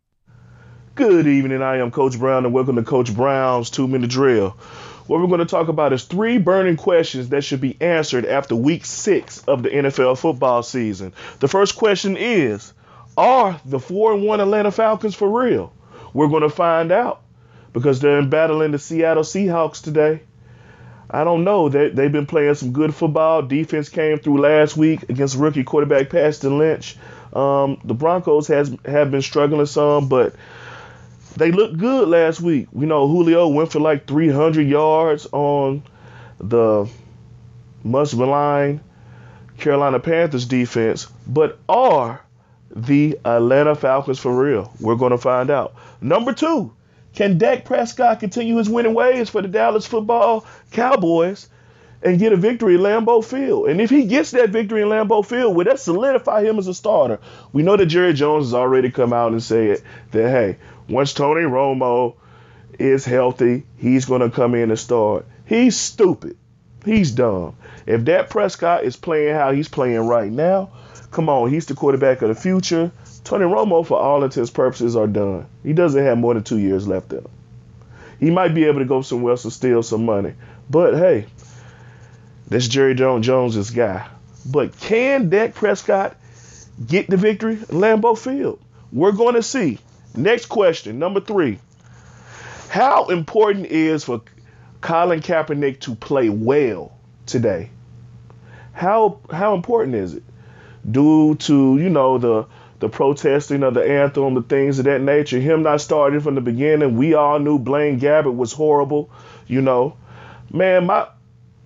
Good evening. I am Coach Brown, and welcome to Coach Brown's Two Minute Drill. What we're going to talk about is three burning questions that should be answered after week six of the NFL football season. The first question is Are the 4 and 1 Atlanta Falcons for real? We're going to find out because they're in battling the Seattle Seahawks today. I don't know. They, they've been playing some good football. Defense came through last week against rookie quarterback Paxton Lynch. Um, the Broncos has have been struggling some, but they looked good last week. You know, Julio went for like 300 yards on the much maligned Carolina Panthers defense. But are the Atlanta Falcons for real? We're going to find out. Number two, can Dak Prescott continue his winning ways for the Dallas football Cowboys and get a victory in Lambeau Field? And if he gets that victory in Lambeau Field, will that solidify him as a starter? We know that Jerry Jones has already come out and said that, hey, once Tony Romo is healthy, he's going to come in and start. He's stupid. He's dumb. If Dak Prescott is playing how he's playing right now, come on, he's the quarterback of the future. Tony Romo, for all intents and purposes, are done. He doesn't have more than two years left in him. He might be able to go somewhere else and steal some money. But hey, that's Jerry Jones Jones's guy. But can Dak Prescott get the victory in Lambeau Field? We're going to see. Next question, number three. How important is for Colin Kaepernick to play well today? How how important is it? Due to, you know, the the protesting of the anthem, the things of that nature, him not starting from the beginning. We all knew Blaine Gabbert was horrible, you know. Man, my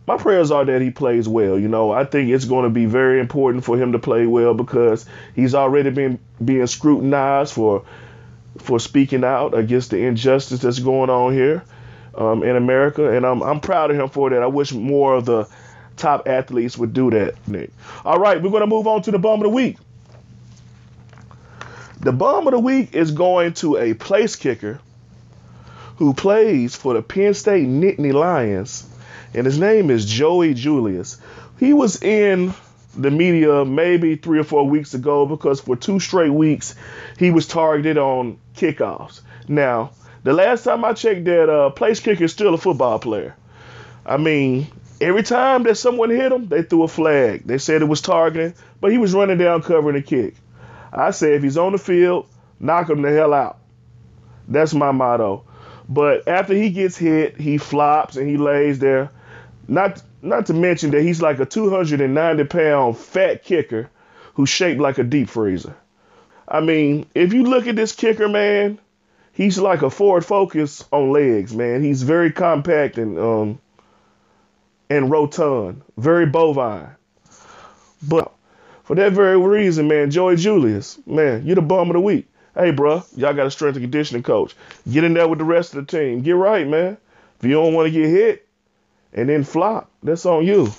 my prayers are that he plays well. You know, I think it's going to be very important for him to play well because he's already been being scrutinized for for speaking out against the injustice that's going on here um, in America, and I'm I'm proud of him for that. I wish more of the top athletes would do that. Nick. All right, we're going to move on to the bum of the week. The bum of the week is going to a place kicker who plays for the Penn State Nittany Lions, and his name is Joey Julius. He was in the media maybe three or four weeks ago because for two straight weeks he was targeted on kickoffs. Now, the last time I checked, that uh, place kicker is still a football player. I mean, every time that someone hit him, they threw a flag. They said it was targeting, but he was running down covering a kick. I say if he's on the field, knock him the hell out. That's my motto. But after he gets hit, he flops and he lays there. Not not to mention that he's like a 290 pound fat kicker who's shaped like a deep freezer. I mean, if you look at this kicker, man, he's like a Ford Focus on legs, man. He's very compact and um and rotund, very bovine. But for that very reason, man, Joey Julius, man, you're the bum of the week. Hey, bruh, y'all got a strength and conditioning coach. Get in there with the rest of the team. Get right, man. If you don't want to get hit and then flop, that's on you.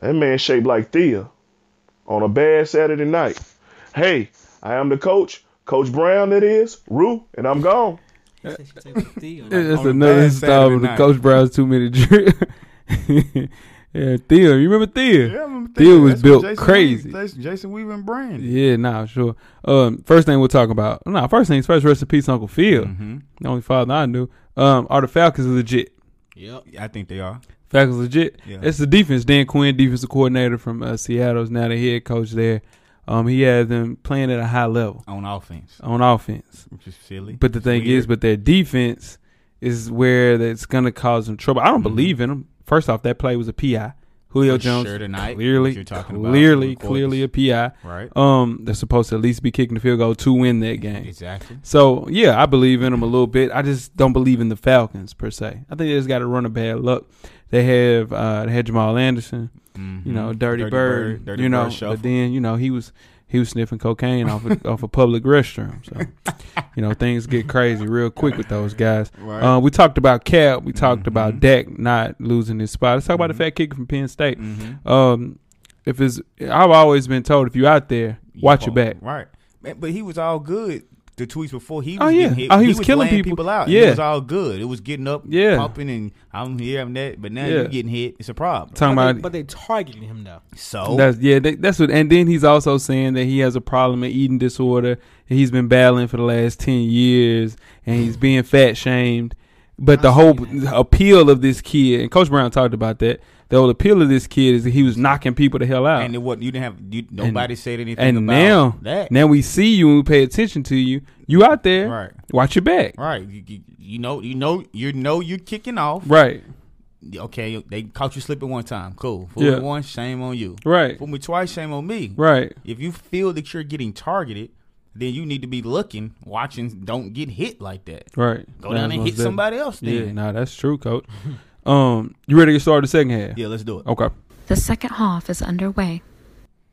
That man shaped like Thea on a bad Saturday night. Hey, I am the coach, Coach Brown, that is, Rue, and I'm gone. He said she take the D on that. That's on the another bad Saturday installment of night. Coach Brown's two minute drill. yeah, Theo, you remember Theo? Theo was built crazy. Jason, Weaver and Brand. Yeah, nah, sure. Um, first thing we'll talk about. Nah, first things first. Rest in peace, Uncle Phil. Mm-hmm. The only father I knew. Um, are the Falcons legit? Yep. I think they are. Falcons legit. Yeah. It's the defense. Dan Quinn, defensive coordinator from uh, Seattle, is now the head coach there. Um, he has them playing at a high level on offense, on offense. which is silly. But the thing is, but their defense is where that's going to cause them trouble. I don't believe in them. First off, that play was a PI. Julio Mm-hmm. For Jones sure tonight, clearly, what you're talking about, clearly, three quarters. clearly a PI. right, Um, they're supposed to at least be kicking the field goal to win that game. exactly. So yeah, I believe in them a little bit. I just don't believe in the Falcons per se. I think they just got to run a bad luck. They have uh, they had Jamal Anderson, Mhm. you know, Dirty, Dirty Bird, Dirty you know, Bird shuffle. but then you know he was he was sniffing cocaine off a, off a public restroom. So you know things get crazy real quick with those guys. Right. Mm-hmm. Uh, we talked about Cap. We talked about Dak not losing his spot. Let's talk about the fat kicker from Penn State. Mhm. Um, if it's I've always been told if you're out there, You watch your fall- back. Right, Man, but he was all good. The tweets before he Oh, was yeah. getting hit. Oh, he was killing laying people. out. Yeah. it was all good. It was getting up, Yeah. pumping, and I'm here, I'm that. But now Yeah. you're getting hit. It's a problem. Talking But about they, but they targeting him though. So That's yeah, that, that's what. And then he's also saying that he has a problem with eating disorder. And he's been battling for the last ten years, and he's being fat shamed. But the I whole seen appeal of this kid, and Coach Brown talked about that. The whole appeal of this kid is that he was knocking people the hell out. and it wasn't. You didn't have. You, nobody said anything. and about now, that. now we see you and we pay attention to you. You out there, Right. watch your back, Right, you, you, you know, you know, you know, you're kicking off. right, Okay, they caught you slipping one time. Cool. Fool Yeah. me once, shame on you. right, Fool me twice, shame on me. right. If you feel that you're getting targeted, then you need to be looking, watching. Don't get hit like that. right. Go down and hit That's- somebody else. Then. Yeah, nah, that's true, Coach. um, you ready to start the second half? Yeah, let's do it. Okay. The second half is underway.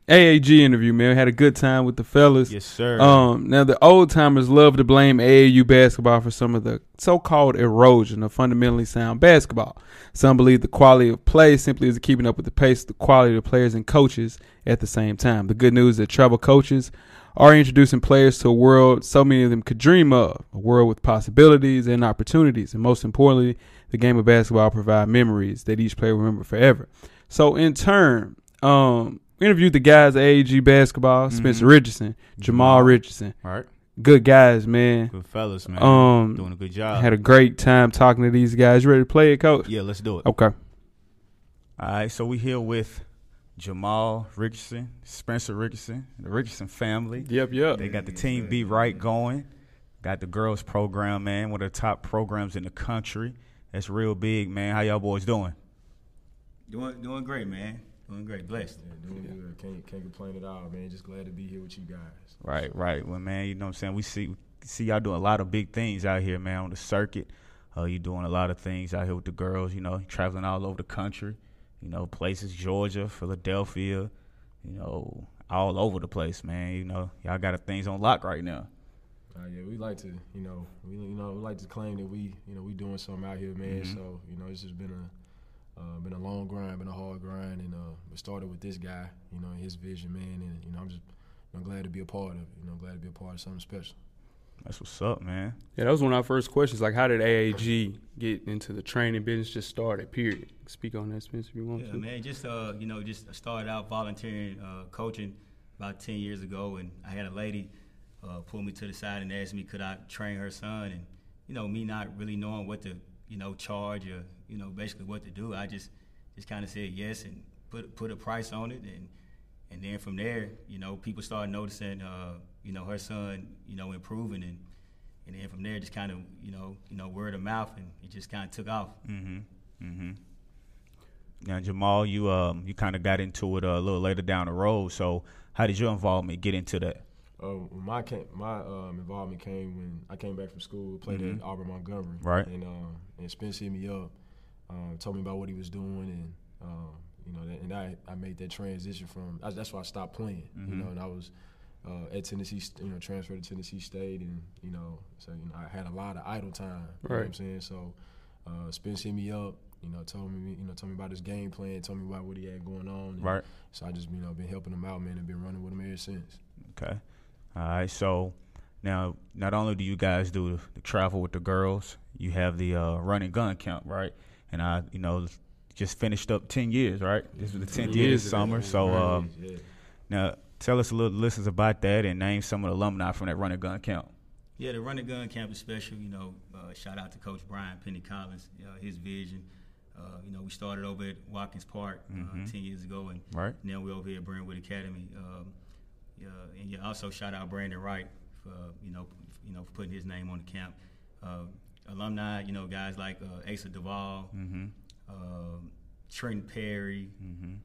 AAG interview, man. Had a good time with the fellas. Yes, sir. Um, now the old timers love to blame AAU basketball for some of the so-called erosion of fundamentally sound basketball. Some believe the quality of play simply isn't keeping up with the pace, the quality of the players and coaches at the same time. The good news is that travel coaches are introducing players to a world so many of them could dream of, a world with possibilities and opportunities, and most importantly, the game of basketball provide memories that each player will remember forever. So in turn, um, we interviewed the guys at AAG basketball, Mm-hmm. Spencer Richardson, Jamal Richardson. All right, Good guys, man. good fellas, man. Um, doing a good job. Had a great time talking to these guys. You ready to play it, coach? yeah, let's do it. Okay. All right, so we here with Jamal Richardson, Spencer Richardson, the Richardson family. Yep, yep. They got the team beat right going. Got the girls program, man. One of the top programs in the country. That's real big, man. How y'all boys doing? Doing doing great, man. Doing great. Blessed. Doing good. Can't, can't complain at all, man. Just glad to be here with you guys. Right, right. Well, man, you know what I'm saying. We see we see y'all doing a lot of big things out here, man, on the circuit. Uh, you doing a lot of things out here with the girls. You know, traveling all over the country. You know, places Georgia, Philadelphia. You know, all over the place, man. You know, y'all got things on lock right now. Uh, yeah, we like to, you know, we you know, we like to claim that we, you know, we doing something out here, man. So, you know, it's just been a uh, been a long grind, been a hard grind, and uh, it started with this guy, you know, and his vision, man. And you know, I'm just, I'm glad to be a part of, it. you know, glad to be a part of something special. That's what's up, man. Yeah, that was one of our first questions. Like, how did AAG get into the training business? Just started. Period. Speak on that, Spencer, if you want Yeah, to. man. Just uh, you know, just started out volunteering, uh, coaching about ten years ago, and I had a lady uh, pull me to the side and ask me could I train her son, and you know, me not really knowing what to, you know, charge or you know, basically what to do. I just just kind of said yes and put put a price on it, and and then from there, you know, people started noticing, uh, you know, her son, you know, improving and. And then from there, just kind of, you know, you know, word of mouth, and it just kind of took off. Now, Jamal, you um, you kind of got into it uh, a little later down the road. So, how did your involvement get into that? Um, when my came, my um, involvement came when I came back from school, played at Auburn Montgomery, Mm-hmm. Right. And um, and Spence hit me up, um, told me about what he was doing, and um, you know, that, and I, I made that transition from I, that's why I stopped playing, Mm-hmm. you know, and I was uh, at Tennessee, St- you know, transferred to Tennessee State, and you know, so you know, I had a lot of idle time, you know what I'm Right. saying? So uh, Spence hit me up, you know, told me, you know, told me about his game plan, told me about what he had going on, and Right. So I just, you know, been helping him out, man, and been running with him ever since. Okay. All right. So, now not only do you guys do the travel with the girls, you have the uh, run and gun camp, right? And I, you know, just finished up ten years, right? This was the tenth year this summer. So, um, Yeah. now tell us a little listeners about that and name some of the alumni from that run and gun camp. Yeah, the Run the Gun Camp is special. You know, uh, shout out to Coach Brian Penny Collins, uh, his vision. Uh, you know, we started over at Watkins Park uh, 10 years ago, and Right. now we're over here at Brentwood Academy. Um, Yeah, and yeah, also shout out Brandon Wright for you know you know for putting his name on the camp. Uh, alumni, you know, guys like uh, Asa Duvall, Mm-hmm. um, Trent Perry, mm-hmm,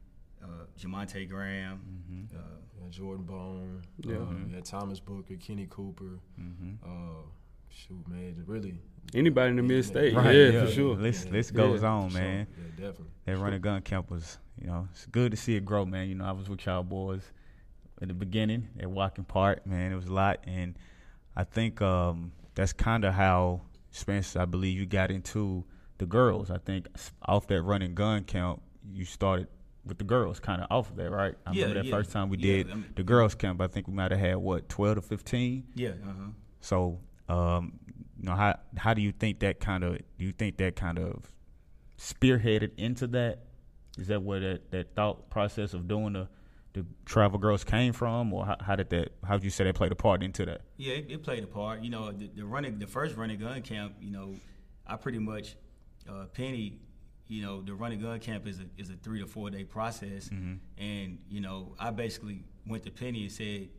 uh, Jamonte Graham. Uh, You know, Jordan Bone, yeah, Mm-hmm. yeah, Thomas Booker, Kenny Cooper, mm-hmm. uh, shoot, man, just really, Anybody in the mid state, Right, yeah, for sure. Let's let's Yeah. goes on, for sure. man. yeah, definitely. That running gun camp was, you know, it's good to see it grow, man. You know, I was with y'all boys at the beginning at Walking Park, man. It was a lot, and I think um, that's kind of how Spencer, I believe, you got into the girls. I think s- off that running gun camp, you started with the girls, kind of off of that, right? I Yeah, remember that yeah. first time we Yeah, did I mean- the girls camp. I think we might have had what twelve to fifteen. yeah, uh-huh. So, um, you know, how how do you think that kind of do you think that kind of spearheaded into that? Is that where that, that thought process of doing the the travel girls came from, or how, how did that? How would you say that played a part into that? Yeah, it, it played a part. You know, the, the running, the first running gun camp. You know, I pretty much uh, Penny. You know, the running gun camp is a is a three to four day process, and you know, I basically went to Penny and said,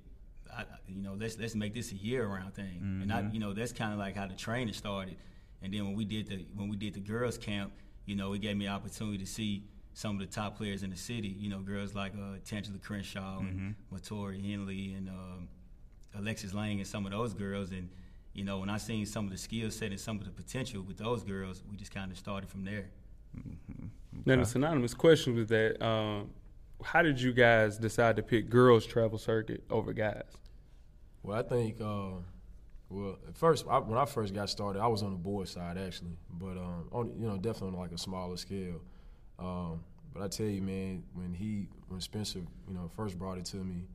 I, you know, let's let's make this a year round thing. And I, you know, that's kind of like how the training started. And then when we did the when we did the girls camp, you know, it gave me an opportunity to see some of the top players in the city. You know, girls like uh, Tangela Crenshaw and Matori Henley and. Um, Alexis Lang and some of those girls, and you know, when I seen some of the skill set and some of the potential with those girls, we just kind of started from there. Now, the synonymous question with that: um, How did you guys decide to pick girls' travel circuit over guys? Well, I think, uh, well, at first I, when I first got started, I was on the board side actually, but um, on you know definitely on like a smaller scale. Um, but I tell you, man, when he when Spencer you know first brought it to me,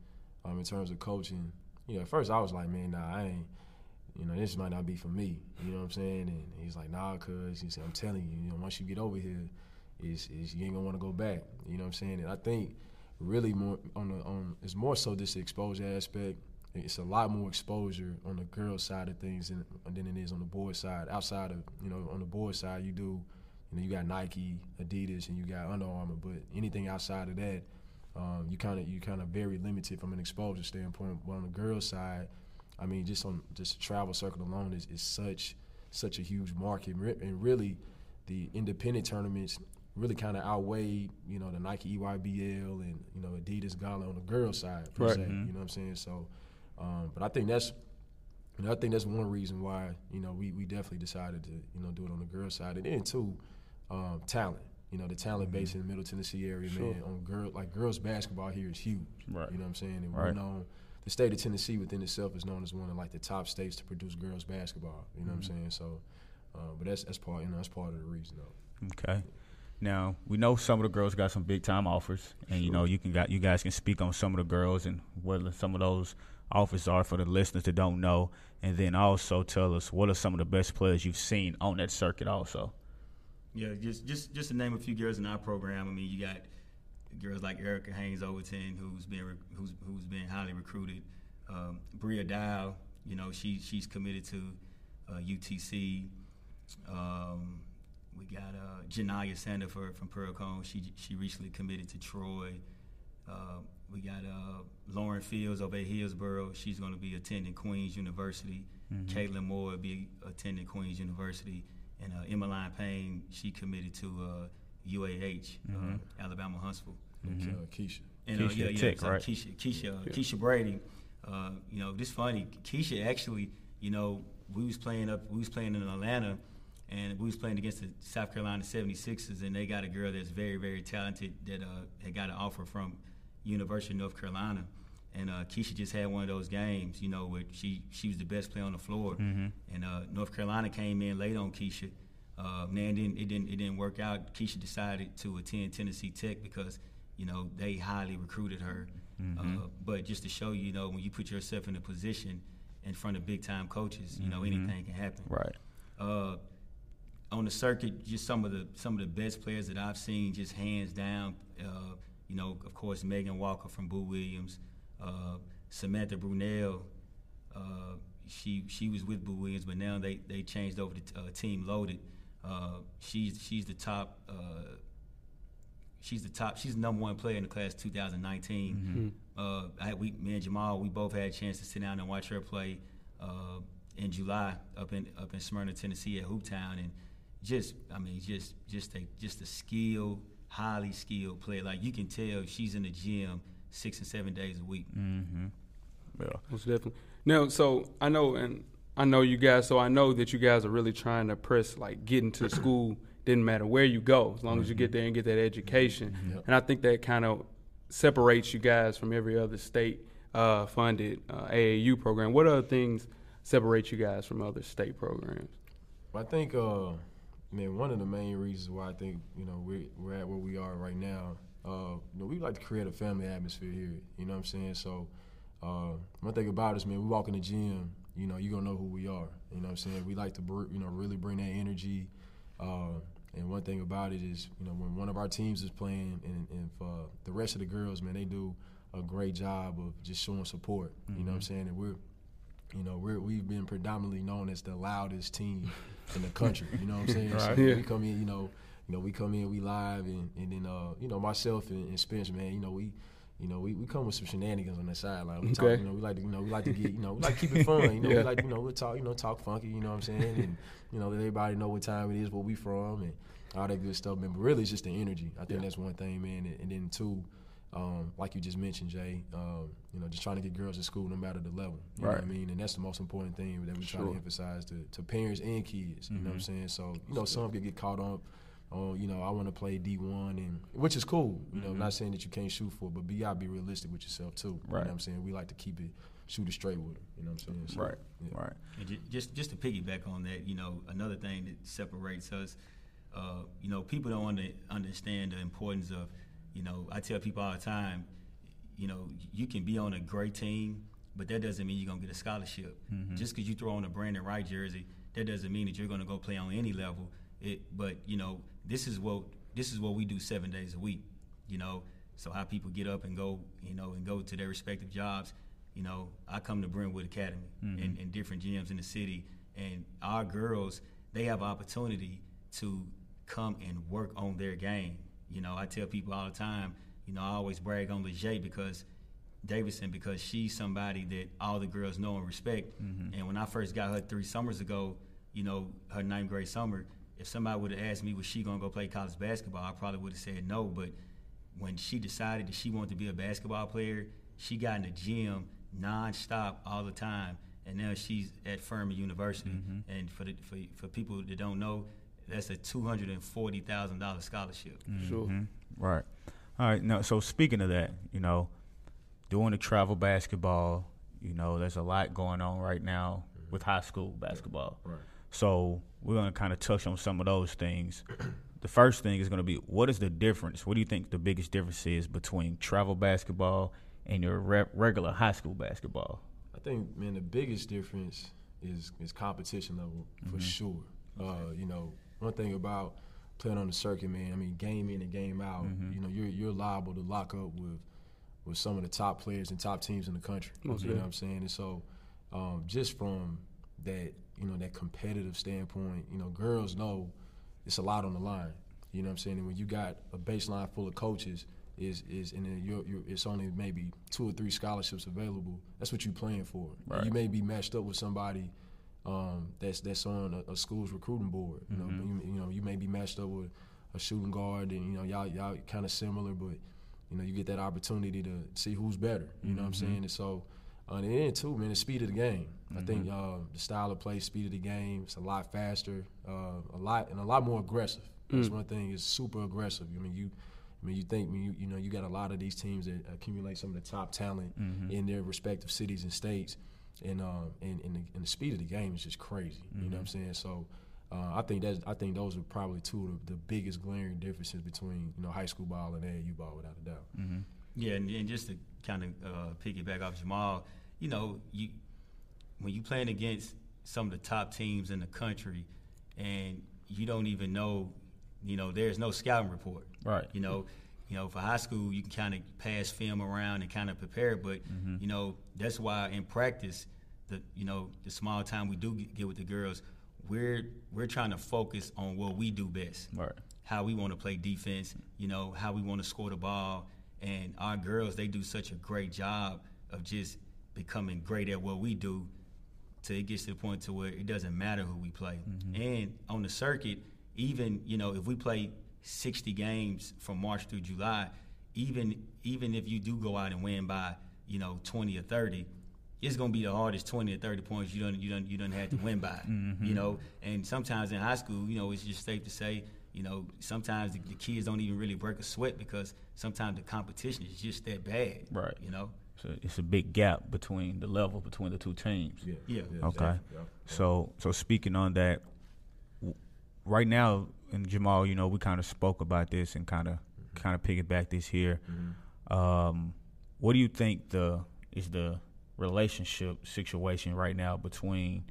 um, in terms of coaching, you know, at first I was like, man, nah, I ain't. You know, this might not be for me. You know what I'm saying? And he's like, nah, cuz. He said, I'm telling you, you know, once you get over here, is is you ain't gonna want to go back. You know what I'm saying? And I think really more on the on it's more so this exposure aspect. It's a lot more exposure on the girl side of things than, than it is on the boy side. Outside of you know on the boy side, you do you know you got Nike, Adidas, and you got Under Armour. But anything outside of that, um, you kind of you kind of very limited from an exposure standpoint. But on the girl side, I mean, just on just the travel circuit alone is, is such such a huge market, Re- and really, the independent tournaments really kind of outweigh you know the Nike E EYBL and you know Adidas Gala on the girls side, per Right. se, You know what I'm saying? So, um, but I think that's you know, I think that's one reason why you know we, we definitely decided to you know do it on the girl side, and then too, um, talent. You know, the talent base in the Middle Tennessee area, man, on girl like girls basketball here is huge. Right. You know what I'm saying? And Right. we're known. The state of Tennessee within itself is known as one of like the top states to produce girls basketball. You know Mm-hmm. what I'm saying? So, uh, but that's that's part you know that's part of the reason though. Okay. Now we know some of the girls got some big time offers, and you know you can got you guys can speak on some of the girls and what some of those offers are for the listeners that don't know, and then also tell us what are some of the best players you've seen on that circuit. Also, Yeah, just just just to name a few girls in our program. I mean, you got girls like Erica Haynes Overton, who's been re- who's who's been highly recruited. Um, Bria Dow, you know, she she's committed to uh, UTC. Um, we got uh, Janaya Sandifer from Pearl Cone. She she recently committed to Troy. Uh, we got uh, Lauren Fields over at Hillsboro. She's going to be attending Queens University. Caitlin Moore will be attending Queens University. And uh, Emmeline Payne, she committed to uh, UAH, uh, Alabama Huntsville. Uh, Keisha. And, uh, Mm-hmm. Keisha yeah, yeah, Tick, so right? Keisha, Keisha, Keisha Brady. Uh, you know, this funny. Keisha actually, you know, we was playing up, we was playing in Atlanta, and we was playing against the South Carolina 76ers, and they got a girl that's very, very talented that uh, had got an offer from University of North Carolina, and uh, Keisha just had one of those games, you know, where she she was the best player on the floor, Mm-hmm. and uh, North Carolina came in late on Keisha. Uh, man, it didn't, it didn't it didn't work out. Keisha decided to attend Tennessee Tech because you know they highly recruited her. Uh, but just to show you, you know, when you put yourself in a position in front of big time coaches, you know anything can happen. right? Uh, on the circuit, just some of the some of the best players that I've seen, just hands down. Uh, you know, of course, Megan Walker from Boo Williams, uh, Samantha Brunel. Uh, she she was with Boo Williams, but now they, they changed over to uh, Team Loaded. Uh, she's she's the top. Uh, She's the top. She's the number one player in the class 2019. Uh, I had, we, me and Jamal, we both had a chance to sit down and watch her play uh, in July up in up in Smyrna, Tennessee, at Hooptown, and just I mean, just just a just a skilled, highly skilled player. Like you can tell, she's in the gym six and seven days a week. Most definitely. Now, so I know, and I know you guys. So I know that you guys are really trying to press, like getting to school. Didn't matter where you go, as long as you get there and get that education. And I think that kind of separates you guys from every other state-funded uh, AAU program. What other things separate you guys from other state programs? Well, I think, uh, man, one of the main reasons why I think you know we're we're at where we are right now. Uh, you know, we like to create a family atmosphere here. You know what I'm saying? So, uh, one thing about us, man, we walk in the gym. You know, you gonna know who we are. You know what I'm saying? We like to, br- you know, really bring that energy. Uh, and one thing about it is, you know, when one of our teams is playing, and, and if, uh, the rest of the girls, man, they do a great job of just showing support. You know what I'm saying? And we're you know, we're, we've been predominantly known as the loudest team in the country. You know what I'm saying? So Yeah. We come in, you know, you know, we come in, we live, and, and then uh, you know, myself and, and Spence, man, you know, we, you know, we, we come with some shenanigans on the sideline. We talk, Okay. you know, we like to, you know, we like to get, you know, we like to keep it fun. You know, Yeah. we like, you know, we talk, you know, talk funky. You know what I'm saying? And you know, let everybody know what time it is, where we from, and all that good stuff. Man, but really, it's just the energy. I think that's one thing, man. And, and then two. Um, like you just mentioned, Jay, um, you know, just trying to get girls to school no matter the level. You know what I Right. mean? And that's the most important thing that we try to emphasize to, to parents and kids. You know Mm-hmm. what I'm saying? So, you know, some could get caught up on, you know, I want to play D1, and which is cool. You know, I'm not saying that you can't shoot for it, but be, gotta be realistic with yourself, too. You know Mm-hmm. Right. what I'm saying? We like to keep it, shoot it straight with them. You know what I'm saying? So, Right. yeah. Right. And ju- just just to piggyback on that, you know, another thing that separates us, uh, you know, people don't under, understand the importance of, you know, I tell people all the time, you know, you can be on a great team, but that doesn't mean you're gonna get a scholarship. Just because you throw on a Brandon Wright jersey, that doesn't mean that you're gonna go play on any level. It, but you know, this is what this is what we do seven days a week. You know, so how people get up and go, you know, and go to their respective jobs. You know, I come to Brentwood Academy and, and different gyms in the city, and our girls they have opportunity to come and work on their game. You know, I tell people all the time. You know, I always brag on Leje because Davidson because she's somebody that all the girls know and respect. And when I first got her three summers ago, you know, her ninth grade summer, if somebody would have asked me, was she going to go play college basketball, I probably would have said no. But when she decided that she wanted to be a basketball player, she got in the gym nonstop all the time. And now she's at Furman University. And for, the, for, for people that don't know, that's a $240,000 scholarship. Mm-hmm. Sure. Right. All right. Now, so speaking of that, you know, doing the travel basketball, you know, there's a lot going on right now with high school basketball. Right. So we're going to kind of touch on some of those things. the first thing is going to be what is the difference? What do you think the biggest difference is between travel basketball and your re- regular high school basketball? I think, man, the biggest difference is is competition level for sure. Uh, you know, one thing about playing on the circuit, man. I mean, game in and game out. You know, you're you're liable to lock up with with some of the top players and top teams in the country. you know what I'm saying? And so, um, just from that, you know, that competitive standpoint, you know, girls know it's a lot on the line. You know what I'm saying? And when you got a baseline full of coaches, is is and then you're, you're, it's only maybe two or three scholarships available. That's what you're playing for. You may be matched up with somebody um, that's that's on a, a school's recruiting board. You know, you, you know, you may be matched up with a shooting guard, and you know, y'all y'all kind of similar, but you know, you get that opportunity to see who's better. You know what I'm saying? And so, on the end too, man, the speed of the game. I think uh, the style of play, speed of the game, it's a lot faster, uh, a lot and a lot more aggressive. That's one thing. It's super aggressive. I mean, you, I mean, you think I mean, you, you know you got a lot of these teams that accumulate some of the top talent in their respective cities and states, and um and and the, and the speed of the game is just crazy. You know what I'm saying? So. Uh, I think that's I think those are probably two of the, the biggest glaring differences between you know high school ball and AAU ball without a doubt. Yeah, and, and just to kind of uh, piggyback off Jamal, you know, you when you playing against some of the top teams in the country, and you don't even know, you know, there's no scouting report. Right. You know, you know, for high school, you can kind of pass film around and kind of prepare, but Mm-hmm. you know, that's why in practice, the you know, the small time we do get, get with the girls, we're we're trying to focus on what we do best. Right. how we want to play defense, you know, how we want to score the ball. And our girls, they do such a great job of just becoming great at what we do till it gets to the point to where it doesn't matter who we play. And on the circuit, even, you know, if we play 60 games from March through July, even even if you do go out and win by, you know, 20 or 30, it's gonna be the hardest 20 or 30 points you don't you don't you don't have to win by you know and sometimes in high school you know it's just safe to say you know sometimes the, the kids don't even really break a sweat because sometimes the competition is just that bad Right. you know So it's a big gap between the level between the two teams. Yeah. Yeah. Okay. yeah. So so speaking on that, w- right now and Jamal, you know, we kind of spoke about this and kind of kind of piggyback this here. Um, what do you think the is the relationship situation right now between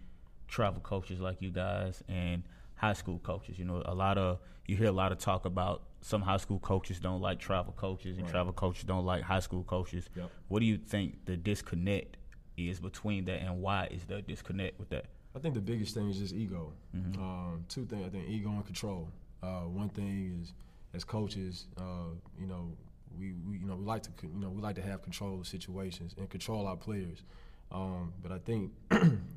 travel coaches like you guys and high school coaches? You know, a lot of you hear a lot of talk about some high school coaches don't like travel coaches and travel coaches don't like high school coaches. Yep. What do you think the disconnect is between that and why is there a disconnect with that? I think the biggest thing is just ego. Um, two things. I think ego and control. Uh, one thing is, as coaches, uh, you know, we, we you know we like to con- you know we like to have control of situations and control our players. Um, but I think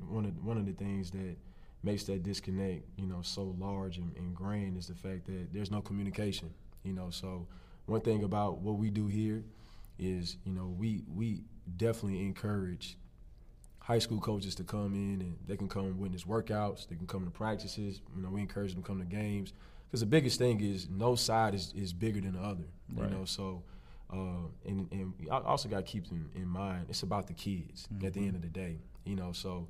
one of one of the things that makes that disconnect, you know, so large and, and grand is the fact that there's no communication. You know, so one thing about what we do here is, you know, we we definitely encourage high school coaches to come in and they can come witness workouts, they can come to practices. You know, we encourage them to come to games because the biggest thing is no side is, is bigger than the other. You know, so uh, and and we al- also got to keep in, in mind it's about the kids at the end of the day. You know, so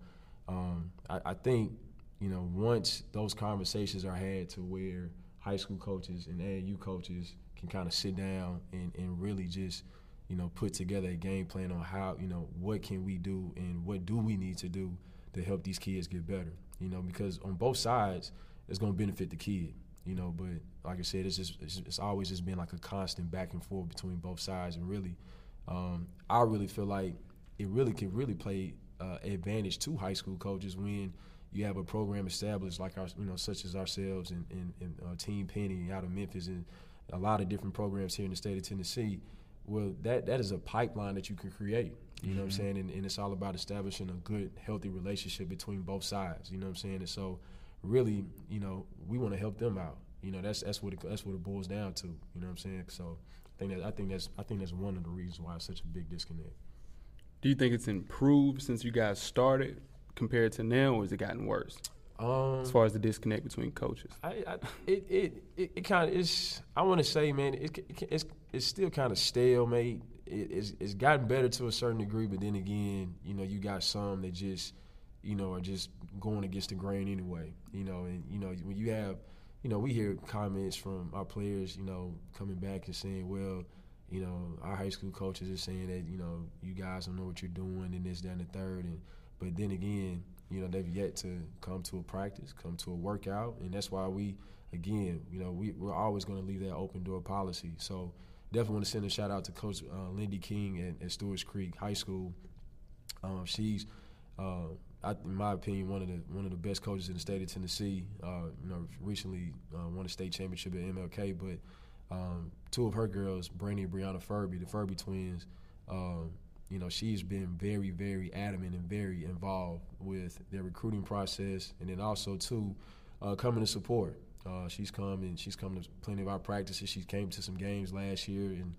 um, I, I think you know once those conversations are had to where high school coaches and AAU coaches can kind of sit down and, and really just you know, put together a game plan on how, you know, what can we do and what do we need to do to help these kids get better. You know, because on both sides, it's going to benefit the kid. You know, but like I said, it's just it's, it's always just been like a constant back and forth between both sides, and really, um, I really feel like it really can really play uh, advantage to high school coaches when you have a program established like our, you know, such as ourselves and, and, and uh, Team Penny out of Memphis and a lot of different programs here in the state of Tennessee. Well, that that is a pipeline that you can create. You know what I'm saying? And, and it's all about establishing a good, healthy relationship between both sides. You know what I'm saying? And so, really, you know, we want to help them out. You know, that's that's what it, that's what it boils down to. You know what I'm saying? So, I think that I think that's I think that's one of the reasons why it's such a big disconnect. Do you think it's improved since you guys started compared to now, or has it gotten worse Um, as far as the disconnect between coaches? I, I it it it, it kind of is. I want to say, man, it, it it's it's still kind of stale, mate. It, it's it's gotten better to a certain degree, but then again, you know, you got some that just, you know, are just going against the grain anyway. You know, and you know when you have, you know, we hear comments from our players, you know, coming back and saying, well. You know, our high school coaches are saying that you know you guys don't know what you're doing and this, that, and the third, and but then again, you know, they've yet to come to a practice, come to a workout, and that's why we, again, you know, we, we're always going to leave that open door policy. So definitely want to send a shout out to Coach uh, Lindy King at, at Stewart's Creek High School. Um, she's, uh, I, in my opinion, one of the one of the best coaches in the state of Tennessee. Uh, you know, recently uh, won a state championship at MLK, but um, two of her girls, Brandy and Brianna Furby, the Furby twins, um, you know, she's been very, very adamant and very involved with their recruiting process, and then also too uh, coming to support. Uh, she's come and she's come to plenty of our practices. She came to some games last year, and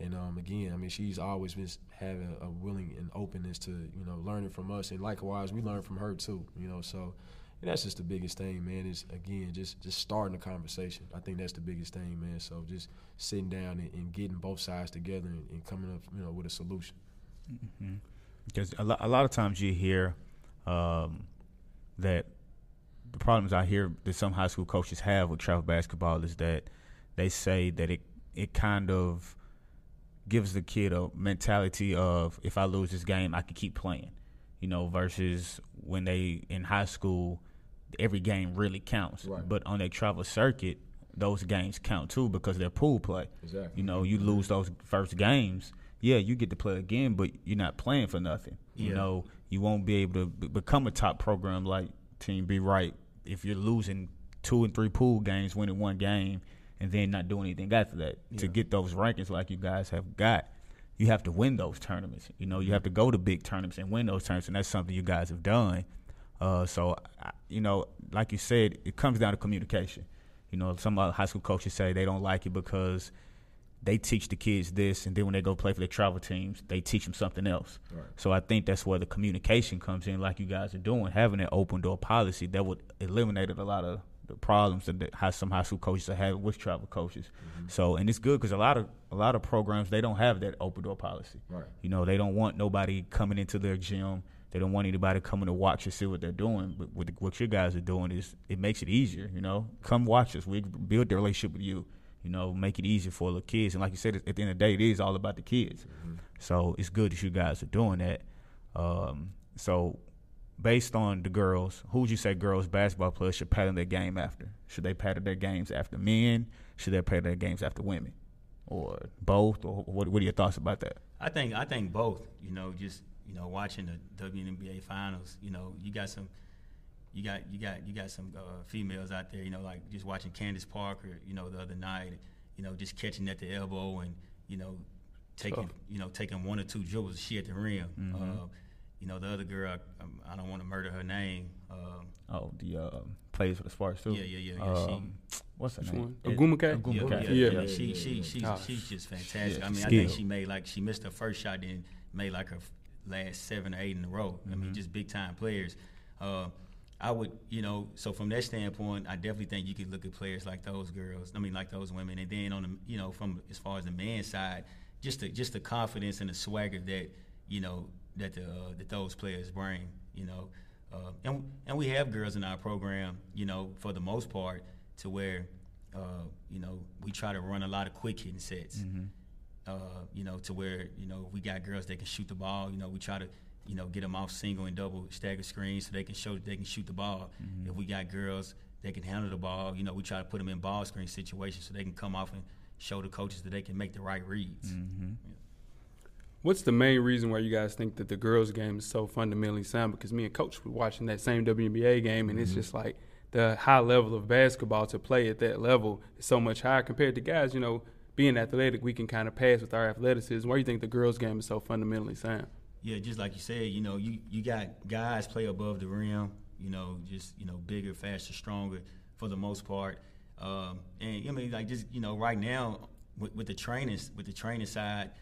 and um, again, I mean, she's always been having a willing and openness to you know learning from us, and likewise, we learn from her too. You know, so and that's just the biggest thing, man. Is again just just starting a conversation. I think that's the biggest thing, man. So just sitting down and, and getting both sides together and, and coming up, you know, with a solution. Because a, lo- a lot of times you hear um, that the problems I hear that some high school coaches have with travel basketball is that they say that it it kind of gives the kid a mentality of if I lose this game, I can keep playing, you know, versus when they in high school, every game really counts. Right. But on their travel circuit, those games count too because they're pool play. Exactly. You know, you lose those first games, yeah, you get to play again, but you're not playing for nothing. You know, you won't be able to b- become a top program like Team B right if you're losing two and three pool games, winning one game, and then not do anything after that to get those rankings like you guys have got. You have to win those tournaments. You know, you have to go to big tournaments and win those tournaments, and that's something you guys have done. Uh, so, I, you know, like you said, it comes down to communication. You know, some uh, high school coaches say they don't like it because they teach the kids this, and then when they go play for the travel teams, they teach them something else. So I think that's where the communication comes in, like you guys are doing, having an open door policy that would eliminate a lot of the problems that the- how some high school coaches are having with travel coaches. So and it's good because a lot of a lot of programs they don't have that open door policy. Right. You know, they don't want nobody coming into their gym. They don't want anybody coming to watch and see what they're doing. But what, what you guys are doing is it makes it easier. You know, come watch us. We build the relationship with you. You know, make it easier for the kids. And like you said, at the end of the day, it is all about the kids. So it's good that you guys are doing that. Um, so based on the girls, who would you say girls basketball players should pattern their game after? Should they pattern their games after men? Should they pattern their games after women? Or both? Or what, what are your thoughts about that? I think I think both. You know, just you know, watching the WNBA finals. You know, you got some, you got you got you got some uh, females out there. You know, like just watching Candace Parker. You know, the other night. You know, just catching at the elbow and you know, taking you know taking one or two dribbles. She at the rim. Uh, you know, the other girl. I, um, I don't want to murder her name. Um, Oh, the uh, players for the Sparks too. Um, Yeah, yeah, yeah, yeah, she- what's her name? one? Agumake? yeah, Agumake. yeah, Yeah. yeah, She she she's she's just fantastic. Yeah, I mean, I skill. think she made like she missed her first shot, then made like her f- last seven or eight in a row. I mean, just big time players. Uh, I would, you know, so from that standpoint, I definitely think you could look at players like those girls. I mean, like those women, and then on the, you know, from as far as the man's side, just the just the confidence and the swagger that you know that the uh, that those players bring. You know, uh, and and we have girls in our program. You know, for the most part, to where uh, you know we try to run a lot of quick hitting sets uh, you know, to where you know we got girls that can shoot the ball. You know, we try to you know get them off single and double staggered screens so they can show that they can shoot the ball. If we got girls that can handle the ball, you know, we try to put them in ball screen situations so they can come off and show the coaches that they can make the right reads. What's the main reason why you guys think that the girls' game is so fundamentally sound? Because me and Coach were watching that same WNBA game, and it's just like the high level of basketball to play at that level is so much higher compared to guys. You know, being athletic, we can kind of pass with our athleticism. Why do you think the girls' game is so fundamentally sound? Yeah, just like you said, you know, you, you got guys play above the rim, you know, just, you know, bigger, faster, stronger for the most part. Um, and I mean, like just, you know, right now with, with the training, with the training side,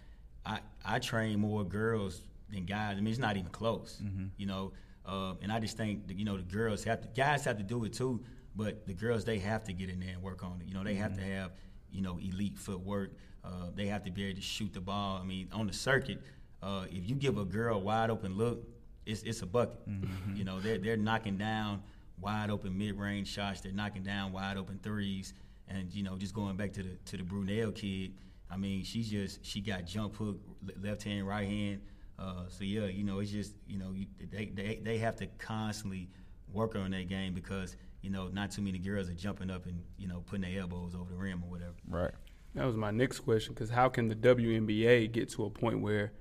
I, I train more girls than guys. I mean, it's not even close, you know. Uh, and I just think, that, you know, the girls have to, guys have to do it too, but the girls, they have to get in there and work on it. You know, they have to have, you know, elite footwork. Uh, they have to be able to shoot the ball. I mean, on the circuit, uh, if you give a girl a wide open look, it's it's a bucket. You know, they're they're knocking down wide open mid range shots. They're knocking down wide open threes, and you know, just going back to the to the Brunel kid. I mean, she just she got jump hook, le- left hand, right hand. Uh, so yeah, you know, it's just you know you, they, they they have to constantly work on their game because you know not too many girls are jumping up and you know putting their elbows over the rim or whatever. Right. That was my next question because how can the WNBA get to a point where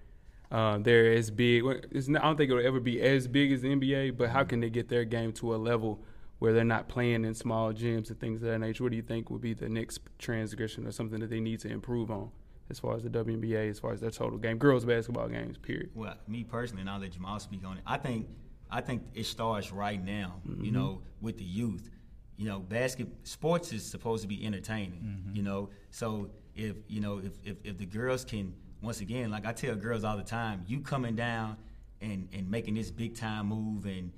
uh, they're as big? well, It's not, I don't think it'll ever be as big as the NBA, but how can they get their game to a level where they're not playing in small gyms and things of that nature? What do you think would be the next transgression or something that they need to improve on as far as the WNBA, as far as their total game, girls basketball games, period? well, me personally, and I'll let Jamal speak on it. I think I think it starts right now. You know, with the youth. You know, basket sports is supposed to be entertaining. You know, so if you know if, if if the girls can once again, like I tell girls all the time, you coming down and and making this big time move and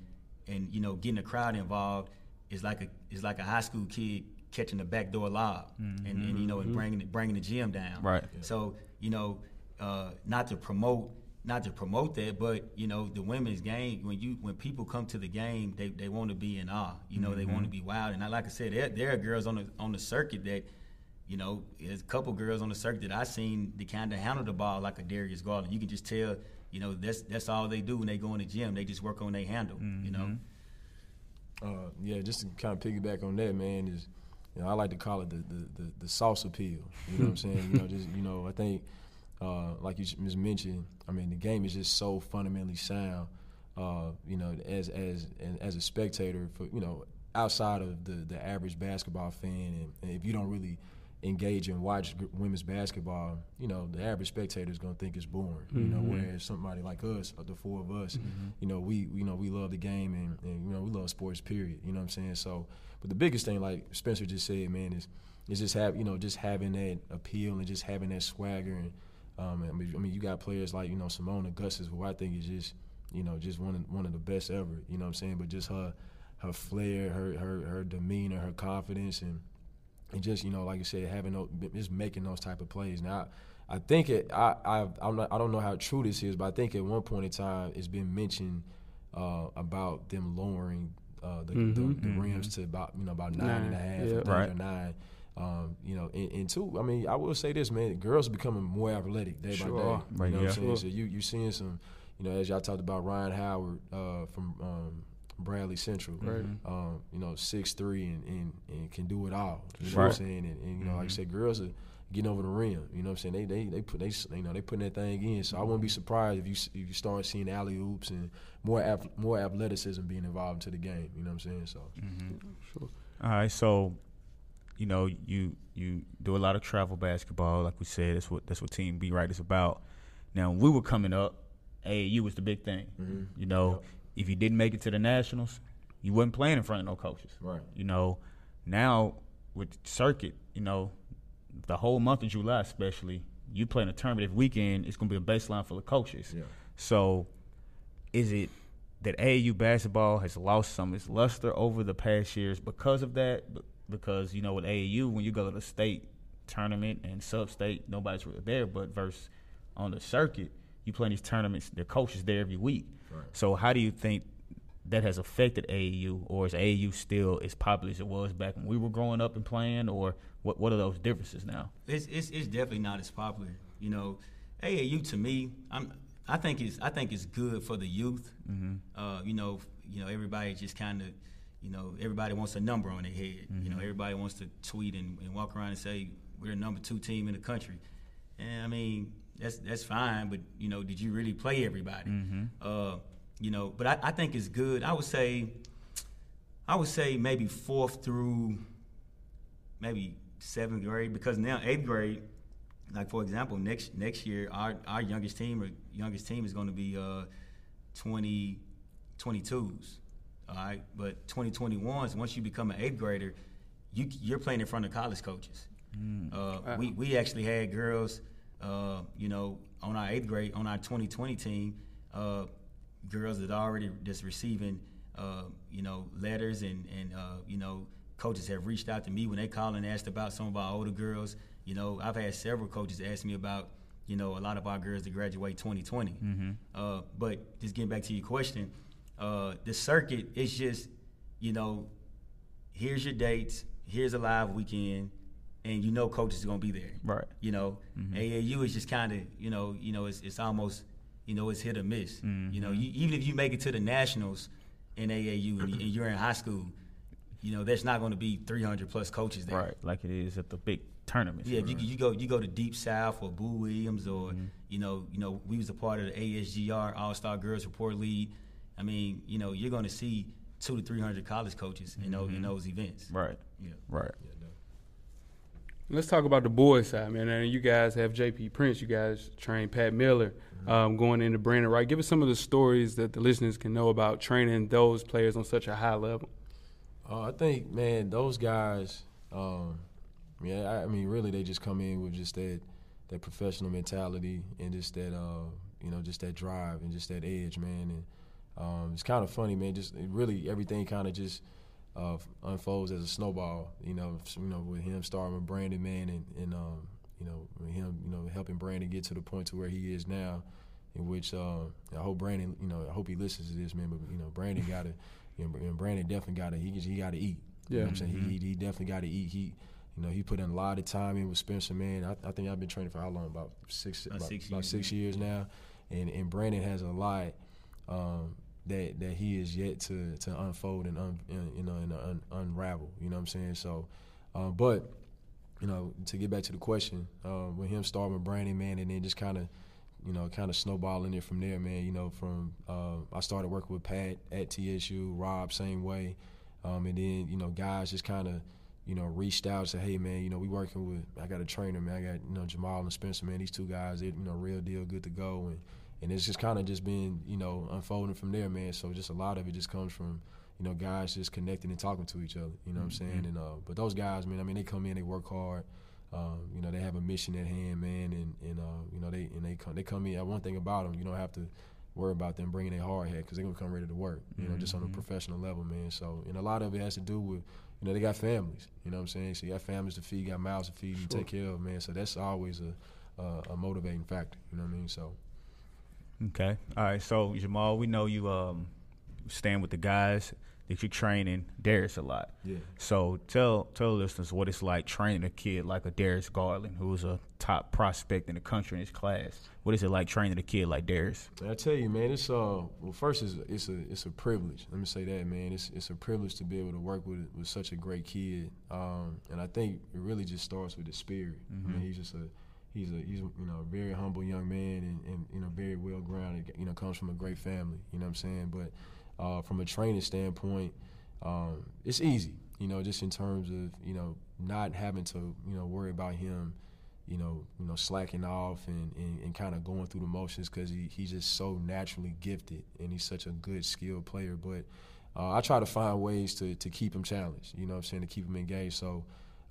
and you know getting the crowd involved is like a is like a high school kid catching the backdoor lob and, and you know and bringing it bringing the gym down. Right. So you know, uh, not to promote, not to promote that, but you know, the women's game. When you when people come to the game, they, they want to be in awe. You know, they want to be wild. And I, like I said, there, there are girls on the on the circuit that, you know, there's a couple girls on the circuit that I seen that kind of handle the ball like a Darius Garland. You can just tell. You know, that's that's all they do when they go in the gym. They just work on their handle. You know. Uh, yeah, just to kind of piggyback on that, man, is you know I like to call it the the, the, the sauce appeal. You know what I'm saying? You know, just you know, I think uh, like you just mentioned, I mean, the game is just so fundamentally sound. Uh, you know, as as and as a spectator, for you know, outside of the the average basketball fan, and, and if you don't really engage and watch g- women's basketball, you know, the average spectator is going to think it's boring. You know, whereas somebody like us, or the four of us, you know, we you know we love the game and, and you know we love sports. Period. You know what I'm saying? So, but the biggest thing, like Spencer just said, man, is is just have you know just having that appeal and just having that swagger and. Um, I, mean, I mean, you got players like you know Simone Augustus, who I think is just you know just one of, one of the best ever. You know what I'm saying? But just her her flair, her her her demeanor, her confidence, and and just you know like I said, having those, just making those type of plays. Now, I think it. I I I'm not, I don't know how true this is, but I think at one point in time it's been mentioned uh, about them lowering uh, the, Mm-hmm. the, the rims to about you know about nine and a Nine, half, yeah. I think, Right. or nine. Um, you know, and, and two, I mean, I will say this, man, girls are becoming more athletic day Sure by are. day. Right, you know yeah. what I'm saying? So you you seeing some, you know, as y'all talked about Ryan Howard uh, from um, Bradley Central, Right. um, you know, six three and, and, and can do it all. You know what I'm saying? And, and you know, like I said, girls are getting over the rim. You know what I'm saying? They they they put they s- you know they putting that thing in. So I wouldn't be surprised if you s- if you start seeing alley oops and more ath- more athleticism being involved into the game. You know what I'm saying? So All right, so you know you you do a lot of travel basketball, like we said. That's what that's what Team B right is about. Now when we were coming up, AAU was the big thing. Mm-hmm. You know, if you didn't make it to the nationals, you wasn't playing in front of no coaches. Right. You know, now with circuit, you know, the whole month of July, especially, you playing a tournament every weekend. It's gonna be a baseline for the coaches. Yeah. So is it that AAU basketball has lost some of its luster over the past years because of that? B- Because you know, with AAU, when you go to the state tournament and sub-state, nobody's really there. But versus on the circuit, you play these tournaments. Their coach is there every week. So how do you think that has affected AAU, or is AAU still as popular as it was back when we were growing up and playing, or what? What are those differences now? It's, it's it's definitely not as popular. You know, AAU to me, I'm I think it's I think it's good for the youth. Uh, you know, you know everybody just kind of, you know, everybody wants a number on their head. You know, everybody wants to tweet and, and walk around and say we're the number two team in the country. And I mean that's that's fine, but you know, did you really play everybody? Uh, you know, but I, I think it's good. I would say, I would say maybe fourth through maybe seventh grade because now eighth grade, like for example, next next year our our youngest team or youngest team is going to be uh, 20, 22s. All right, but 2021s once you become an eighth grader, you you're playing in front of college coaches. Uh, we we actually had girls, uh, you know, on our eighth grade on our 2020 team. Uh, girls that already just receiving uh, you know letters and and uh, you know coaches have reached out to me when they call and asked about some of our older girls. You know, I've had several coaches ask me about you know a lot of our girls that graduate 2020. Uh, but just getting back to your question, uh, the circuit is just you know here's your dates, here's a live weekend, and you know coaches are gonna be there. Right. You know, AAU is just kind of you know you know it's it's almost you know it's hit or miss. You know, you, even if you make it to the nationals in AAU and, you, and you're in high school, you know there's not gonna be 300 plus coaches there. like it is at the big tournaments. Yeah, if you, you go you go to Deep South or Boo Williams or you know you know we was a part of the ASGR All Star Girls Report League. I mean, you know you're going to see two to three hundred college coaches in those in those events. Right. Yeah. Right. Let's talk about the boys side, man. And you guys have JP Prince. You guys train Pat Miller Mm-hmm. um, going into Brandon Wright. Give us some of the stories that the listeners can know about training those players on such a high level. Uh, I think, man, those guys. Um, yeah, I, I mean, really, they just come in with just that that professional mentality and just that uh, you know, just that drive and just that edge, man. And um, it's kind of funny, man. Just it really, everything kind of just uh, unfolds as a snowball. You know, s- you know, with him starting with Brandon, man, and, and um, you know, with him, you know, helping Brandon get to the point to where he is now. In which uh, I hope Brandon, you know, I hope he listens to this, man. But you know, Brandon got to, you know, and Brandon definitely got to. He just- he got to eat. You know what I'm saying he, he, he definitely got to eat. He, you know, he put in a lot of time in with Spencer, man. I, I think I've been training for how long? About six, about, six about years, six years now, and and Brandon has a lot um, that that he is yet to to unfold and un, and, you know and un, unravel. You know what I'm saying? So, uh, but you know to get back to the question, uh, with him starting with Brandon, man, and then just kind of you know kind of snowballing it from there, man. You know, from uh, I started Um, working with Pat at TSU, Rob same way, um, and then you know guys just kind of you know, reached out and said, hey, man, you know, we working with, I got a trainer, man. I got, you know, Jamal and Spencer, man. These two guys, they, you know, real deal, good to go. And, and it's just kind of just been, you know, unfolding from there, man. So just a lot of it just comes from, you know, guys just connecting and talking to each other. You know what I'm saying? And uh, but those guys, man, I mean, they come in, they work hard. Um, you know, they have a mission at hand, man, and and uh, you know they and they come they come in. One thing about them, you don't have to worry about them bringing their hard hat because they're gonna come ready to work. You know, just on a professional level, man. So and a lot of it has to do with. You know, they got families. You know what I'm saying? So you got families to feed, you got mouths to feed, and take care of, man. So that's always a, a, a motivating factor. You know what I mean? So Okay. All right. So Jamal, we know you um stand with the guys that you train in Darius a lot. Yeah. So tell tell listeners what it's like training a kid like a Darius Garland, who's a top prospect in the country in his class. What is it like training a kid like Darius? And I tell you, man, it's uh well first is it's a it's a privilege. Let me say that, man. It's it's a privilege to be able to work with with such a great kid. Um, and I think it really just starts with the spirit. I mean, he's just a he's a he's you know a very humble young man and, and you know very well grounded. You know comes from a great family. You know what I'm saying? But uh, from a training standpoint, um, it's easy. You know, just in terms of you know not having to you know worry about him you know, you know, slacking off and, and, and kind of going through the motions because he, he's just so naturally gifted and he's such a good skilled player. But uh, I try to find ways to, to keep him challenged. You know, what I'm saying to keep him engaged. So,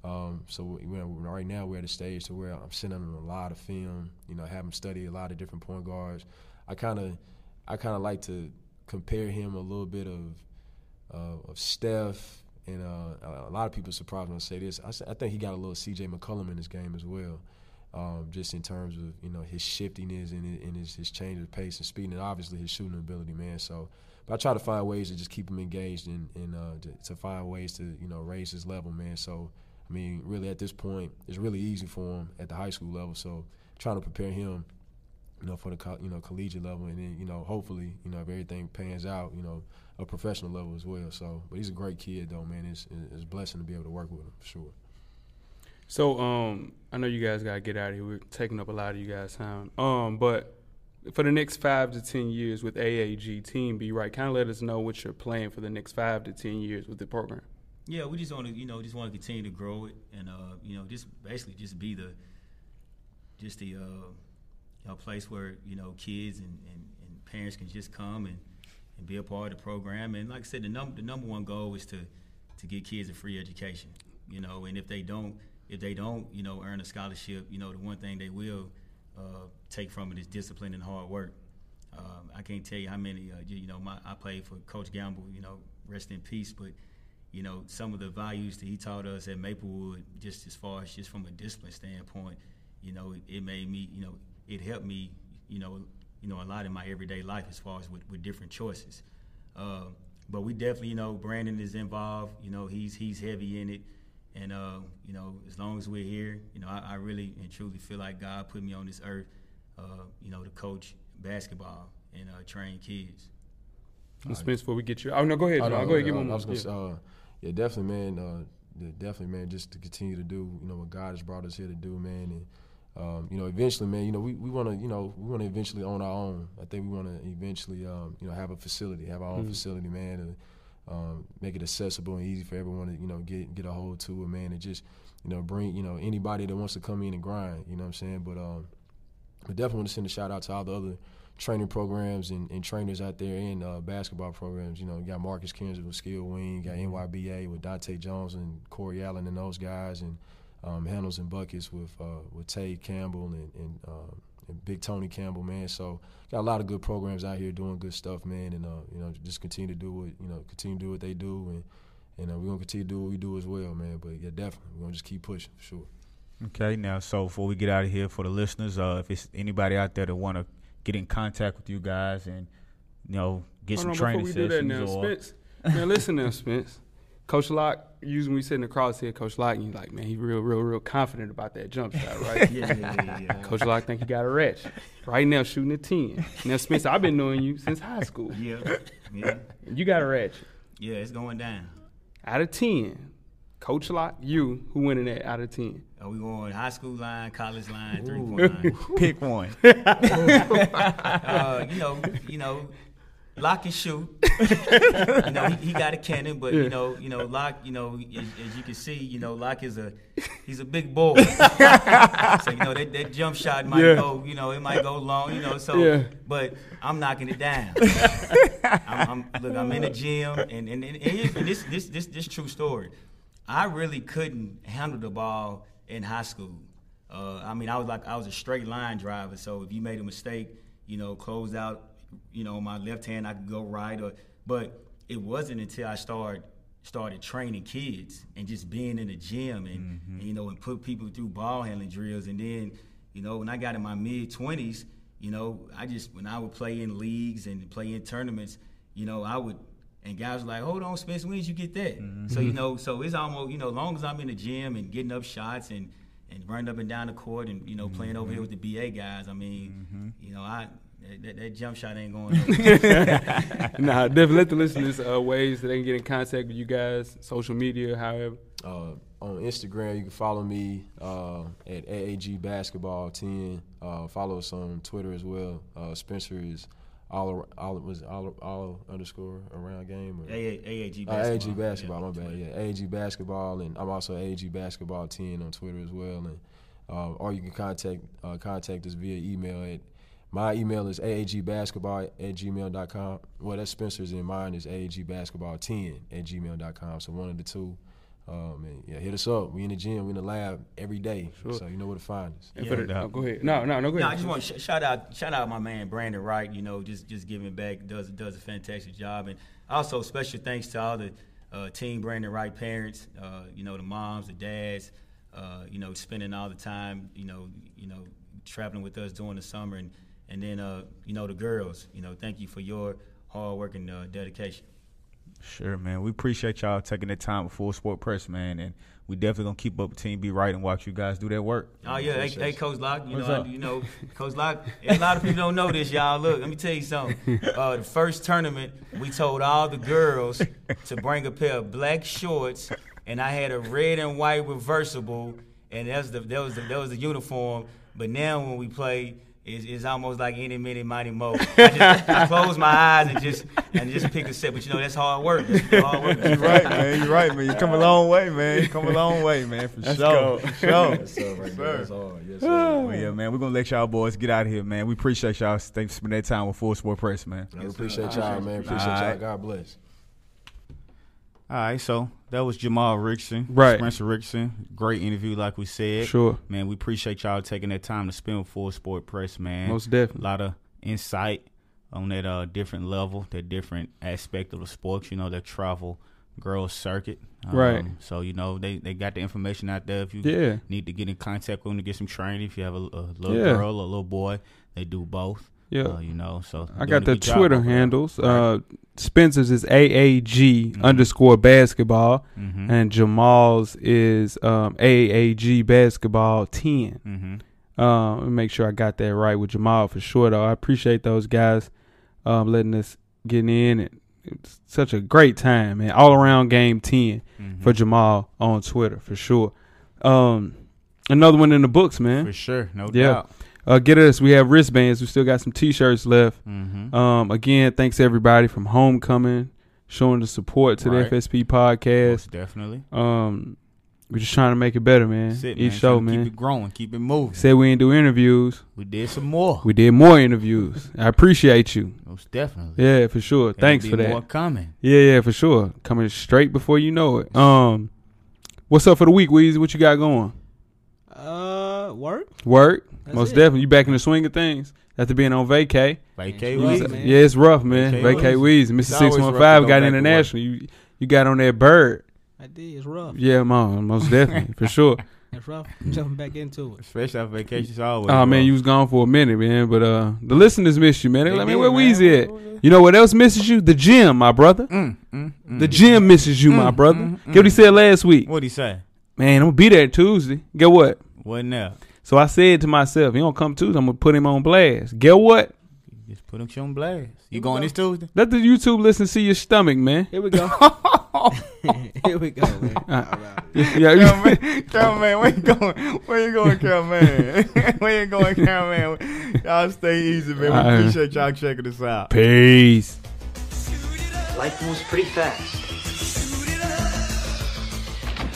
um, so we- you know, right now we're at a stage to where I'm sending him a lot of film. You know, have him study a lot of different point guards. I kind of, I kind of like to compare him a little bit of uh, of Steph, and uh, a- a lot of people surprised when I say this. I, s- I think he got a little C.J. McCollum in his game as well, um, just in terms of you know his shiftiness and, his- and his his change of pace and speed, and obviously his shooting ability, man. So, but I try to find ways to just keep him engaged and, and uh, to, to find ways to you know raise his level, man. So, I mean, really at this point, it's really easy for him at the high school level. So, trying to prepare him you know, for the co- you know collegiate level, and then you know, hopefully, you know, if everything pans out, you know, a professional level as well. So, but he's a great kid though, man. It's it's a blessing to be able to work with him for sure. So um, I know you guys gotta get out of here. We're taking up a lot of you guys' time. Um, but for the next five to ten years with AAG Team B, right? Kind of let us know what you're playing for the next five to ten years with the program. Yeah, we just want to, you know, just want to continue to grow it, and uh, you know, just basically just be the, just the, uh, you know, place where you know kids and, and, and parents can just come and, and be a part of the program. And like I said, the number the number one goal is to, to get kids a free education, you know. And if they don't, if they don't, you know, earn a scholarship, you know, the one thing they will uh, take from it is discipline and hard work. Um, I can't tell you how many, uh, you, you know, my I played for Coach Gamble, you know, rest in peace, but you know, some of the values that he taught us at Maplewood, just as far as just from a discipline standpoint, you know, it, it made me, you know, it helped me, you know, you know, a lot in my everyday life as far as with, with different choices. Uh, but we definitely, you know, Brandon is involved. You know, he's he's heavy in it, and uh, you know, as long as we're here, you know, I, I really and truly feel like God put me on this earth, uh, you know, to coach basketball and uh, train kids. And Spence, before we get you, oh no, go ahead, Oh, Jamal. no, go ahead, no, give no, him I was one. gonna Yeah. say, uh, yeah, definitely, man. Uh, yeah, definitely, man. Just to continue to do, you know, what God has brought us here to do, man. And um, you know, eventually, man. You know, we, we want to, you know, we want to eventually own our own. I think we want to eventually, um, you know, have a facility, have Mm. our own facility, man. And, um, make it accessible and easy for everyone to you know get get a hold to it, man, and just you know bring you know anybody that wants to come in and grind. You know what I'm saying? But um, but definitely want to send a shout out to all the other training programs and, and trainers out there and uh, basketball programs. You know, you got Marcus Kings with Skill Wing, you got NYBA with Dante Jones and Corey Allen and those guys, and um, Handles and Buckets with uh, with Tay Campbell and and, uh, and Big Tony Campbell, man. So got a lot of good programs out here doing good stuff, man. And uh, you know, just continue to do what you know, continue to do what they do, and and uh, we're gonna continue to do what we do as well, man. But yeah, definitely, we're gonna just keep pushing for sure. Okay, now so before we get out of here for the listeners, uh, if it's anybody out there that want to get in contact with you guys and you know get some Hold on, training before we do that sessions now, or Spence. Now listen now, Spence. Coach Locke, usually when we sitting across here, Coach Locke, you like, man, he real, real, real confident about that jump shot, right? Yeah, yeah, yeah, yeah. Coach Locke think he got a ratchet. Right now, shooting a 10. Now, Spence, I've been knowing you since high school. yeah, yeah, You got a ratchet. yeah. It's going down. Out of 10, Coach Locke, you, who winning that out of 10? Are we going high school line, college line, three point line? pick one. Uh, you know, you know, Lock and shoot. you know, he, he got a cannon, but you know, you know, Lock, you know, as, as you can see, you know, Lock is a he's a big boy. so you know that, that jump shot might Yeah. go, you know, it might go long, you know. So, Yeah. but I'm knocking it down. I'm, I'm, look, I'm in the gym, and and, and, and here's- and this this this this true story. I really couldn't handle the ball in high school. Uh, I mean, I was like I was a straight line driver, so if you made a mistake, you know, closed out, you know, my left hand, I could go right. Or but it wasn't until I started started training kids and just being in the gym and, and you know and put people through ball handling drills and then you know when I got in my mid twenties you know, I just when I would play in leagues and play in tournaments, you know, I would and guys were like, Hold on, Spence, when did you get that? So, you know, so it's almost you know, as long as I'm in the gym and getting up shots and and running up and down the court and, you know, playing over here with the BA guys, I mean, you know, I that, that- that jump shot ain't going nowhere. nah, definitely let the listeners uh, ways that they can get in contact with you guys, social media, however. Uh, on Instagram, you can follow me uh, at AAG Basketball 10. Uh, follow us on Twitter as well. Uh, Spencer is all, ar- all was it all, all underscore around game. Or? AA, AAG Uh, basketball. AAG basketball, Yeah. my bad. Yeah, AAG basketball, and I'm also AAG basketball 10 on Twitter as well. And um, or you can contact uh, contact us via email at my email is aagbasketball at gmail.com. Well, that's Spencer's and mine is aagbasketball10 at gmail.com. So one of the two. Um, and yeah, hit us up. We in the gym, we in the lab every day. So you know where to find us. And for the- oh, go ahead. No, no, no, go No, ahead. I just want to sh- shout out, shout out my man Brandon Wright. You know, just just giving back does does a fantastic job, and also special thanks to all the uh, team Brandon Wright parents. Uh, you know, the moms, the dads. Uh, you know, spending all the time. You know, you know, traveling with us during the summer, and and then uh, you know the girls. You know, thank you for your hard work and uh, dedication. Sure, man. We appreciate y'all taking the time with Full Sport Press, man. And we definitely gonna keep up with Team B right and watch you guys do that work. Oh yeah, hey, hey Coach Lock, you What's know, up? I, you know, Coach Lock. A lot of people don't know this, y'all. Look, let me tell you something. Uh, the first tournament, we told all the girls to bring a pair of black shorts, and I had a red and white reversible, and that's the that was the that was the uniform. But now when we play. It's, it's almost like any minute, mighty mo. I, just, I close my eyes and just and just pick a set. But you know that's hard work. That's hard work. You're right, man. You're right, man. You come a long way, man. You come a long way, man. For sure. For sure. That's up right there. That's hard. Yes, Well, yeah, man. We're gonna let y'all boys get out of here, man. We appreciate y'all. Thanks for spending that time with Full Sport Press, man. I appreciate y'all, man. Appreciate y'all. Alright. God bless. All right, so that was Jamal Rickson, Right. Spencer Rickson. Great interview, like we said. Sure. man. We appreciate y'all taking that time to spend with Full Sport Press, man. Most definitely. a lot of insight on that uh, different level, that different aspect of the sports. You know, that travel girls circuit, Um, Right. So you know they, they got the information out there. If you Yeah. need to get in contact with them to get some training, if you have a, a little Yeah. girl or a little boy, they do both. Yeah. Uh, you know. So I doing got a the good job Twitter over there. handles. Uh, Spencer's is AAG Mm-hmm. underscore basketball, and Jamal's is um, AAG basketball 10. mm-hmm. Uh, let me make sure I got that right with Jamal for sure, though. I appreciate those guys um, letting us get in. And it's such a great time, man. All around game 10 Mm-hmm. for Jamal on Twitter for sure. Um, another one in the books, man. for sure, no Yeah. doubt. Uh, get us. We have wristbands. We still got some T-shirts left. Um, again, thanks everybody from Homecoming showing the support to Right. the FSP podcast. Most definitely. Um, we're just trying to make it better, man. That's it, Each man. show, Tryna man. Keep it growing, keep it moving. Said we didn't do interviews. We did some more. We did more interviews. I appreciate you. Most definitely. Yeah, for sure. There'll Thanks be for that. More coming. Yeah, yeah, for sure. Coming straight before you know it. Um, what's up for the week, Weezy? What you got going? Uh, work. Work. That's Most it. definitely. You back in the swing of things after being on vacay. Vacay Weezy, Weezy. man. Yeah, it's rough, man. Vacay Vacay Weezy. Weezy. Mr. It's always Six rough One to Five go back got to work. international. You you got on that bird. I did. It's rough. Yeah, man, most definitely for sure. It's rough. Jumping back into it. Especially after vacations, always. Oh man, rough. you was gone for a minute, man. But uh, the listeners miss you, man. They They like, man, did, where man. Mm, Weezy at? You know what else misses you? The gym, my brother. The gym misses you, my brother. Get what he said last week. What'd he say? Man, I'm gonna be there Tuesday. Get what? Wasn't there? So I said to myself, he don't come Tuesday. I'm gonna put him on blast. Get what? Just put him to on blast. You going this Tuesday? Let the YouTube listen see your stomach, man. Uh, Here we go. Here we go. Man. All right. yeah, Cal man, Cal man, where you going? Where you going, Cal man? where you going, Cal man? Y'all stay easy, man. We Alright. appreciate y'all checking us out. peace. Life moves pretty fast.